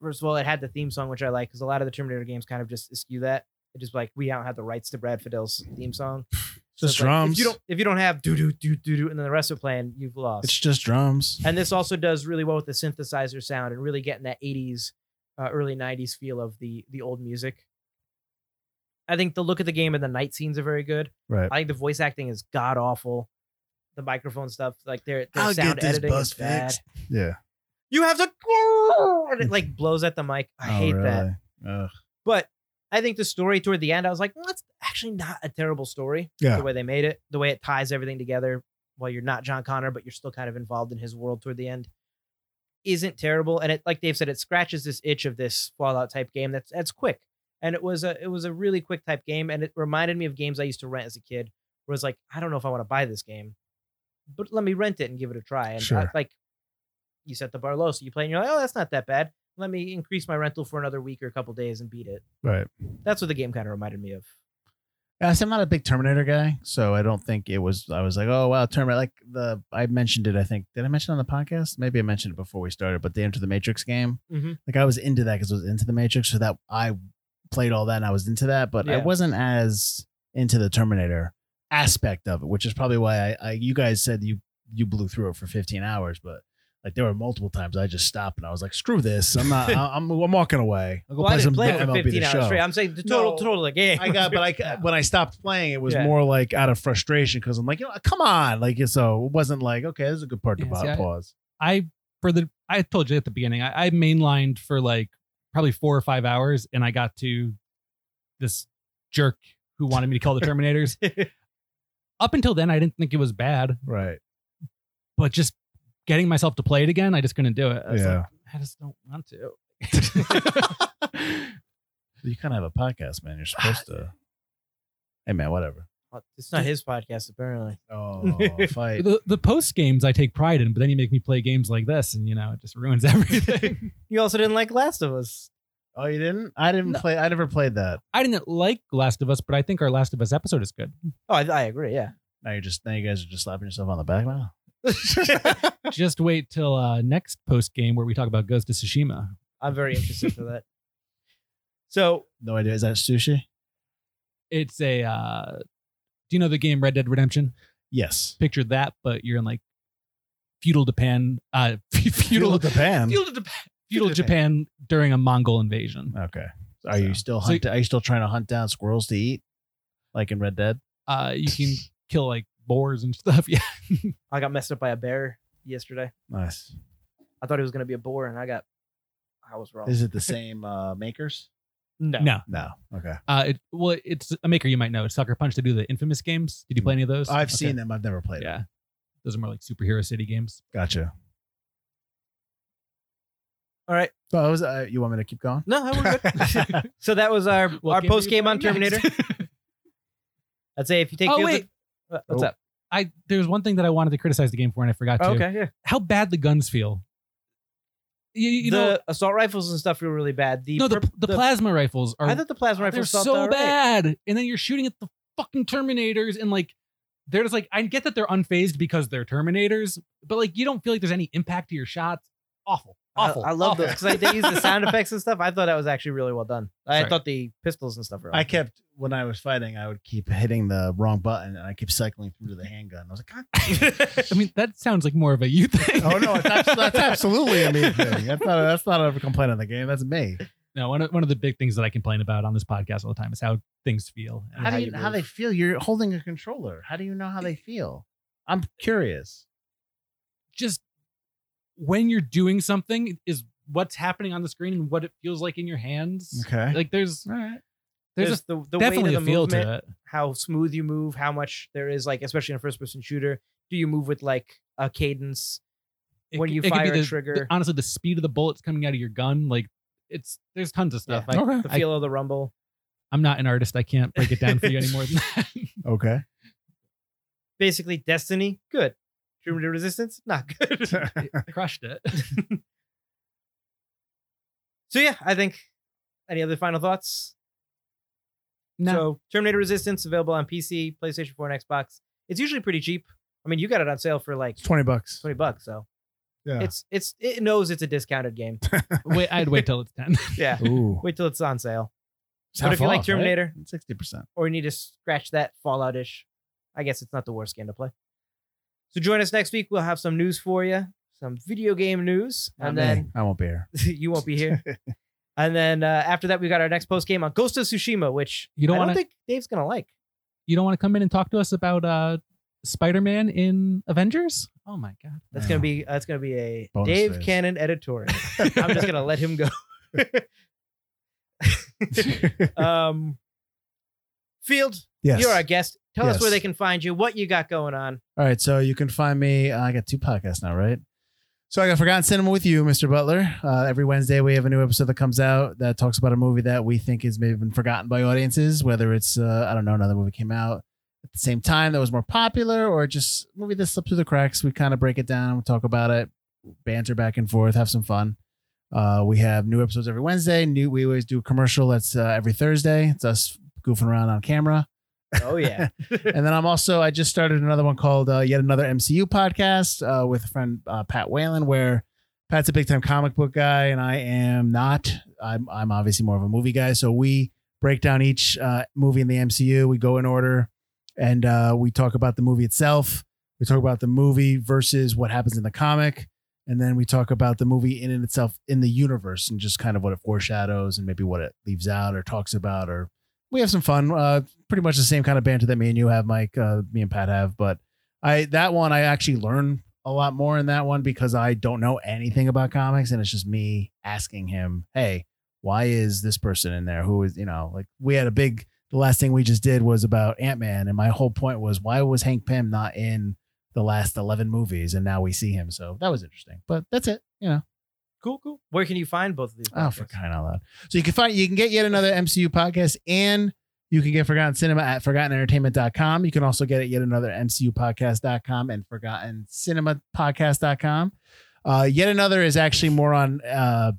Speaker 2: First of all, it had the theme song, which I like because a lot of the Terminator games kind of just eschew that. It just like we don't have the rights to Brad Fidel's theme song.
Speaker 1: Just
Speaker 2: it's like,
Speaker 1: drums.
Speaker 2: if you don't, if you don't have doo doo doo doo doo, and then the rest of it playing, you've lost.
Speaker 1: It's just drums.
Speaker 2: And this also does really well with the synthesizer sound and really getting that 80s, uh, early 90s feel of the the old music. I think the look of the game and the night scenes are very good.
Speaker 1: Right.
Speaker 2: I think the voice acting is god awful. The microphone stuff, like their, their sound editing is bad.
Speaker 1: Yeah.
Speaker 2: You have to, and it like blows at the mic. I
Speaker 1: Oh,
Speaker 2: hate that.
Speaker 1: that. Ugh.
Speaker 2: But I think the story toward the end, I was like, well, that's actually not a terrible story.
Speaker 1: Yeah.
Speaker 2: The way they made it, the way it ties everything together while you're not John Connor, but you're still kind of involved in his world toward the end, isn't terrible. And it, like Dave said, it scratches this itch of this Fallout type game that's that's quick. And it was a it was a really quick type game, and it reminded me of games I used to rent as a kid, where it's like, I don't know if I want to buy this game, but let me rent it and give it a try. And I-
Speaker 1: Sure.
Speaker 2: like, you set the bar low, so you play, and you're like, oh, that's not that bad. Let me increase my rental for another week or a couple days and beat it
Speaker 1: Right.
Speaker 2: that's what the game kind of reminded me of.
Speaker 1: Yeah, see, I'm not a big Terminator guy, so I don't think it was. I was like, oh wow, Terminator. Like the I mentioned it. I think did I mention it on the podcast? Maybe I mentioned it before we started. But the Enter the Matrix game,
Speaker 2: Mhm.
Speaker 1: like I was into that because I was into the Matrix, so that I played all that and I was into that, but I
Speaker 2: Yeah.
Speaker 1: wasn't as into the Terminator aspect of it, which is probably why I, I you guys said you you blew through it for 15 hours, but. Like there were multiple times I just stopped and I was like, "Screw this! I'm not. I- I'm. I'm walking away. I'll go
Speaker 2: Well, I didn't
Speaker 1: play some
Speaker 2: play it for
Speaker 1: MLB the
Speaker 2: 15
Speaker 1: show."
Speaker 2: hours straight. I'm saying the total
Speaker 1: No.
Speaker 2: total of the game.
Speaker 1: I got, but I ca- when I stopped playing, it was
Speaker 2: Yeah.
Speaker 1: more like out of frustration because I'm like, you know, come on, like so it wasn't like okay, this is a good part to
Speaker 3: Yeah,
Speaker 1: pa-
Speaker 3: see, I-
Speaker 1: pause.
Speaker 3: I for the I told you at the beginning, I, I mainlined for like probably four or five hours, and I got to this jerk who wanted me to call the Terminators. Up until then, I didn't think it was bad,
Speaker 1: right?
Speaker 3: but just getting myself to play it again, I just couldn't do it. I was
Speaker 1: Yeah.
Speaker 3: like, I just don't want to.
Speaker 1: You kind of have a podcast, man. You're supposed to. Hey, man, whatever.
Speaker 2: Well, It's not his podcast, apparently.
Speaker 1: Oh, fight.
Speaker 3: the the post games I take pride in, but then you make me play games like this, and you know it just ruins everything.
Speaker 2: You also didn't like Last of Us.
Speaker 1: Oh, you didn't? I didn't
Speaker 3: No.
Speaker 1: play. I never played that.
Speaker 3: I didn't like Last of Us, but I think our Last of Us episode is good.
Speaker 2: Oh, I, I agree. Yeah.
Speaker 1: Now you're just now you guys are just slapping yourself on the back now.
Speaker 3: just wait till uh, next post game where we talk about Ghost of Tsushima.
Speaker 2: I'm very interested for that. So
Speaker 1: No idea. Is that sushi?
Speaker 3: It's a. Uh, do you know the game Red Dead Redemption?
Speaker 1: Yes.
Speaker 3: Picture that, but you're in like feudal Japan. Uh, feudal
Speaker 1: Feudal Japan.
Speaker 3: feudal Japan. Feudal
Speaker 2: Feudal
Speaker 3: Japan during a Mongol invasion.
Speaker 1: Okay. Are you still
Speaker 3: So-
Speaker 1: hunt- are you still trying to hunt down squirrels to eat, like in Red Dead?
Speaker 3: Uh, you can kill like boars and stuff. Yeah,
Speaker 2: I got messed up by a bear yesterday.
Speaker 1: Nice.
Speaker 2: I thought it was going to be a boar, and I got, I was wrong.
Speaker 1: Is it the same uh, makers?
Speaker 2: no.
Speaker 3: no.
Speaker 1: No. Okay.
Speaker 3: Uh, it, well, it's a maker you might know. It's Sucker Punch to do the infamous games.
Speaker 2: Hmm.
Speaker 3: Did you play any of those?
Speaker 1: I've
Speaker 3: Okay.
Speaker 1: seen them. I've never played. them.
Speaker 3: Yeah, those are more like superhero city games.
Speaker 1: Gotcha.
Speaker 2: All right.
Speaker 1: So I was. Uh, you want me to keep going?
Speaker 2: No, we're good. so that was our
Speaker 3: What
Speaker 2: our
Speaker 3: game are you
Speaker 2: post game on
Speaker 3: playing
Speaker 2: Terminator.
Speaker 3: next?
Speaker 2: I'd say if you take. Uh,
Speaker 3: oh
Speaker 2: Fields
Speaker 3: wait,
Speaker 2: of-
Speaker 3: what's
Speaker 1: Oh,
Speaker 3: up? I there's one thing that I wanted to criticize the game for and I forgot to.
Speaker 2: Oh, okay. Yeah.
Speaker 3: How bad the guns feel. You, you
Speaker 2: the
Speaker 3: know,
Speaker 2: assault rifles and stuff were really bad. The
Speaker 3: no, the,
Speaker 2: purp-
Speaker 3: the plasma rifles are
Speaker 2: I thought the plasma
Speaker 3: they're
Speaker 2: rifles felt
Speaker 3: so
Speaker 2: alright.
Speaker 3: bad, and then you're shooting at the fucking Terminators, and like they're just like I get that they're unfazed because they're Terminators, but like you don't feel like there's any impact to your shots. Awful,
Speaker 2: I-
Speaker 3: awful.
Speaker 2: I, love
Speaker 3: awful.
Speaker 2: those because like, they use the sound effects and stuff. I thought that was actually really well done. I
Speaker 3: Sorry.
Speaker 2: thought the pistols and stuff were.
Speaker 1: I kept when I was fighting. I would keep hitting the wrong button, and I keep cycling through to the handgun. I was like, God.
Speaker 3: I mean, that sounds like more of a you thing.
Speaker 1: Oh no, it's abs- that's absolutely a me thing. That's not. That's not a complaint on the game. That's me.
Speaker 3: No, one of, one of the big things that I complain about on this podcast all the time is how things feel. and
Speaker 1: How do you,
Speaker 3: you
Speaker 1: how
Speaker 3: move.
Speaker 1: they feel? You're holding a controller. How do you know how they feel? I'm curious.
Speaker 3: just when you're doing something is what's happening on the screen and what it feels like in your hands.
Speaker 1: Okay.
Speaker 3: Like there's
Speaker 1: All right.
Speaker 3: there's,
Speaker 2: Just the, the
Speaker 3: a,
Speaker 2: weight
Speaker 3: definitely a
Speaker 2: of the
Speaker 3: feel
Speaker 2: movement,
Speaker 3: to it.
Speaker 2: how smooth you move, how much there is like, especially in a first person shooter. Do you move with like a cadence?
Speaker 3: It
Speaker 2: When
Speaker 3: c-
Speaker 2: you
Speaker 3: it could be
Speaker 2: fire a
Speaker 3: the-
Speaker 2: trigger.
Speaker 3: the- honestly, the speed of the bullets coming out of your gun, like it's there's tons of stuff.
Speaker 2: Yeah.
Speaker 3: Like,
Speaker 1: Okay.
Speaker 2: The
Speaker 3: I,
Speaker 2: feel of the rumble.
Speaker 3: I'm not an artist. I can't break it down for you anymore. Than that.
Speaker 1: Okay.
Speaker 2: Basically, Destiny, good. Terminator Resistance, not good.
Speaker 3: I crushed it.
Speaker 2: so yeah, I think. Any other final thoughts?
Speaker 3: No,
Speaker 2: So Terminator Resistance available on PC, PlayStation 4, and Xbox. It's usually pretty cheap. I mean, you got it on sale for like
Speaker 1: It's twenty bucks.
Speaker 2: 20 bucks, so
Speaker 1: Yeah.
Speaker 2: it's it's it knows it's a discounted game.
Speaker 3: wait, I'd wait till it's ten.
Speaker 2: Yeah.
Speaker 1: Ooh.
Speaker 2: Wait till it's on sale. but if you like Terminator
Speaker 1: sixty percent.
Speaker 2: or you need to scratch that Fallout ish, I guess it's not the worst game to play. So join us next week. We'll have some news for you, some video game news, and then
Speaker 1: I won't be here.
Speaker 2: you won't be here. and then uh, after that, we got our next post game on Ghost of Tsushima, which
Speaker 3: You don't
Speaker 2: I
Speaker 3: wanna-
Speaker 2: think Dave's gonna like.
Speaker 3: You don't want to come in and talk to us about uh, Spider-Man in Avengers? Oh my god.
Speaker 2: That's
Speaker 1: Yeah.
Speaker 2: gonna be that's gonna be a
Speaker 1: Bonus
Speaker 2: Dave
Speaker 1: phase.
Speaker 2: Cannon editorial. I'm just gonna let him go. um, Field,
Speaker 1: yes.
Speaker 2: you're our guest. Tell us
Speaker 1: Yes.
Speaker 2: where they can find you, what you got going on.
Speaker 1: All right, so you can find me. uh, I got two podcasts now, right? So I got Forgotten Cinema with you, Mr. Butler. Uh, every Wednesday, we have a new episode that comes out that talks about a movie that we think has maybe been forgotten by audiences, whether it's uh, I don't know another movie came out at the same time that was more popular, or just a movie that slipped through the cracks. We kind of break it down, we talk about it, banter back and forth, have some fun. Uh, we have new episodes every Wednesday. New we always do a commercial. That's uh, every Thursday. It's us goofing around on camera.
Speaker 2: Oh yeah,
Speaker 1: And then I'm also I just started another one called uh, Yet Another MCU Podcast uh, with a friend uh, Pat Whalen, where Pat's a big time comic book guy and I am not. I'm I'm obviously more of a movie guy, so we break down each uh, movie in the MCU. We go in order, and uh, we talk about the movie itself. We talk about the movie versus what happens in the comic. and then we talk about the movie in and itself in the universe and just kind of what it foreshadows and maybe what it leaves out or talks about or we have some fun uh pretty much the same kind of banter that me and you have mike uh me and pat have but i that one i actually learn a lot more in that one because i don't know anything about comics and it's just me asking him hey why is this person in there who is you know like we had a big the last thing we just did was about ant-man and my whole point was why was hank pym not in the last 11 movies and now we see him so that was interesting but that's it you know
Speaker 2: Cool, cool. Where can you find both of these?
Speaker 1: oh for
Speaker 2: podcasts?
Speaker 1: crying out loud so you can find you can get yet another mcu podcast and you can get forgotten cinema at forgottenentertainment.com you can also get it yet another mcu podcast.com and forgotten cinema podcast.com uh, yet another is actually more on uh,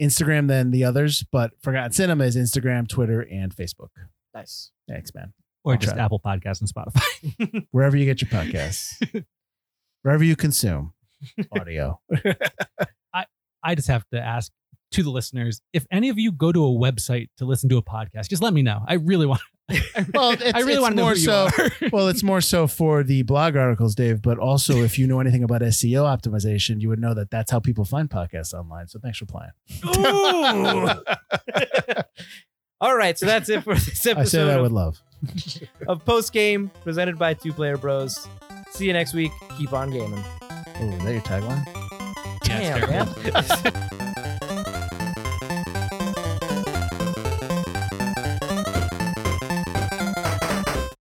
Speaker 1: instagram than the others but forgotten cinema is instagram twitter and facebook
Speaker 2: Nice.
Speaker 1: thanks man
Speaker 3: or
Speaker 1: I'll
Speaker 3: just
Speaker 1: try.
Speaker 3: Apple Podcasts and Spotify.
Speaker 1: wherever you get your podcasts wherever you consume audio
Speaker 3: I just have to ask to the listeners if any of you go to a website to listen to a podcast, just let me know. I really want.
Speaker 1: Well, it's-
Speaker 3: I really
Speaker 1: it's
Speaker 3: want to know
Speaker 1: more
Speaker 3: who you
Speaker 1: so-
Speaker 3: are.
Speaker 1: well, it's more so for the blog articles, Dave, but also if you know anything about SEO optimization, you would know that that's how people find podcasts online. So thanks for playing.
Speaker 2: Ooh. All right, so that's it for this
Speaker 1: I say that
Speaker 2: episode of,
Speaker 1: with love.
Speaker 2: of Post Game, presented by Two Player Bros. See you next week. Keep on gaming.
Speaker 1: Oh, is that your tagline?
Speaker 3: Yeah, it's
Speaker 2: Damn, man.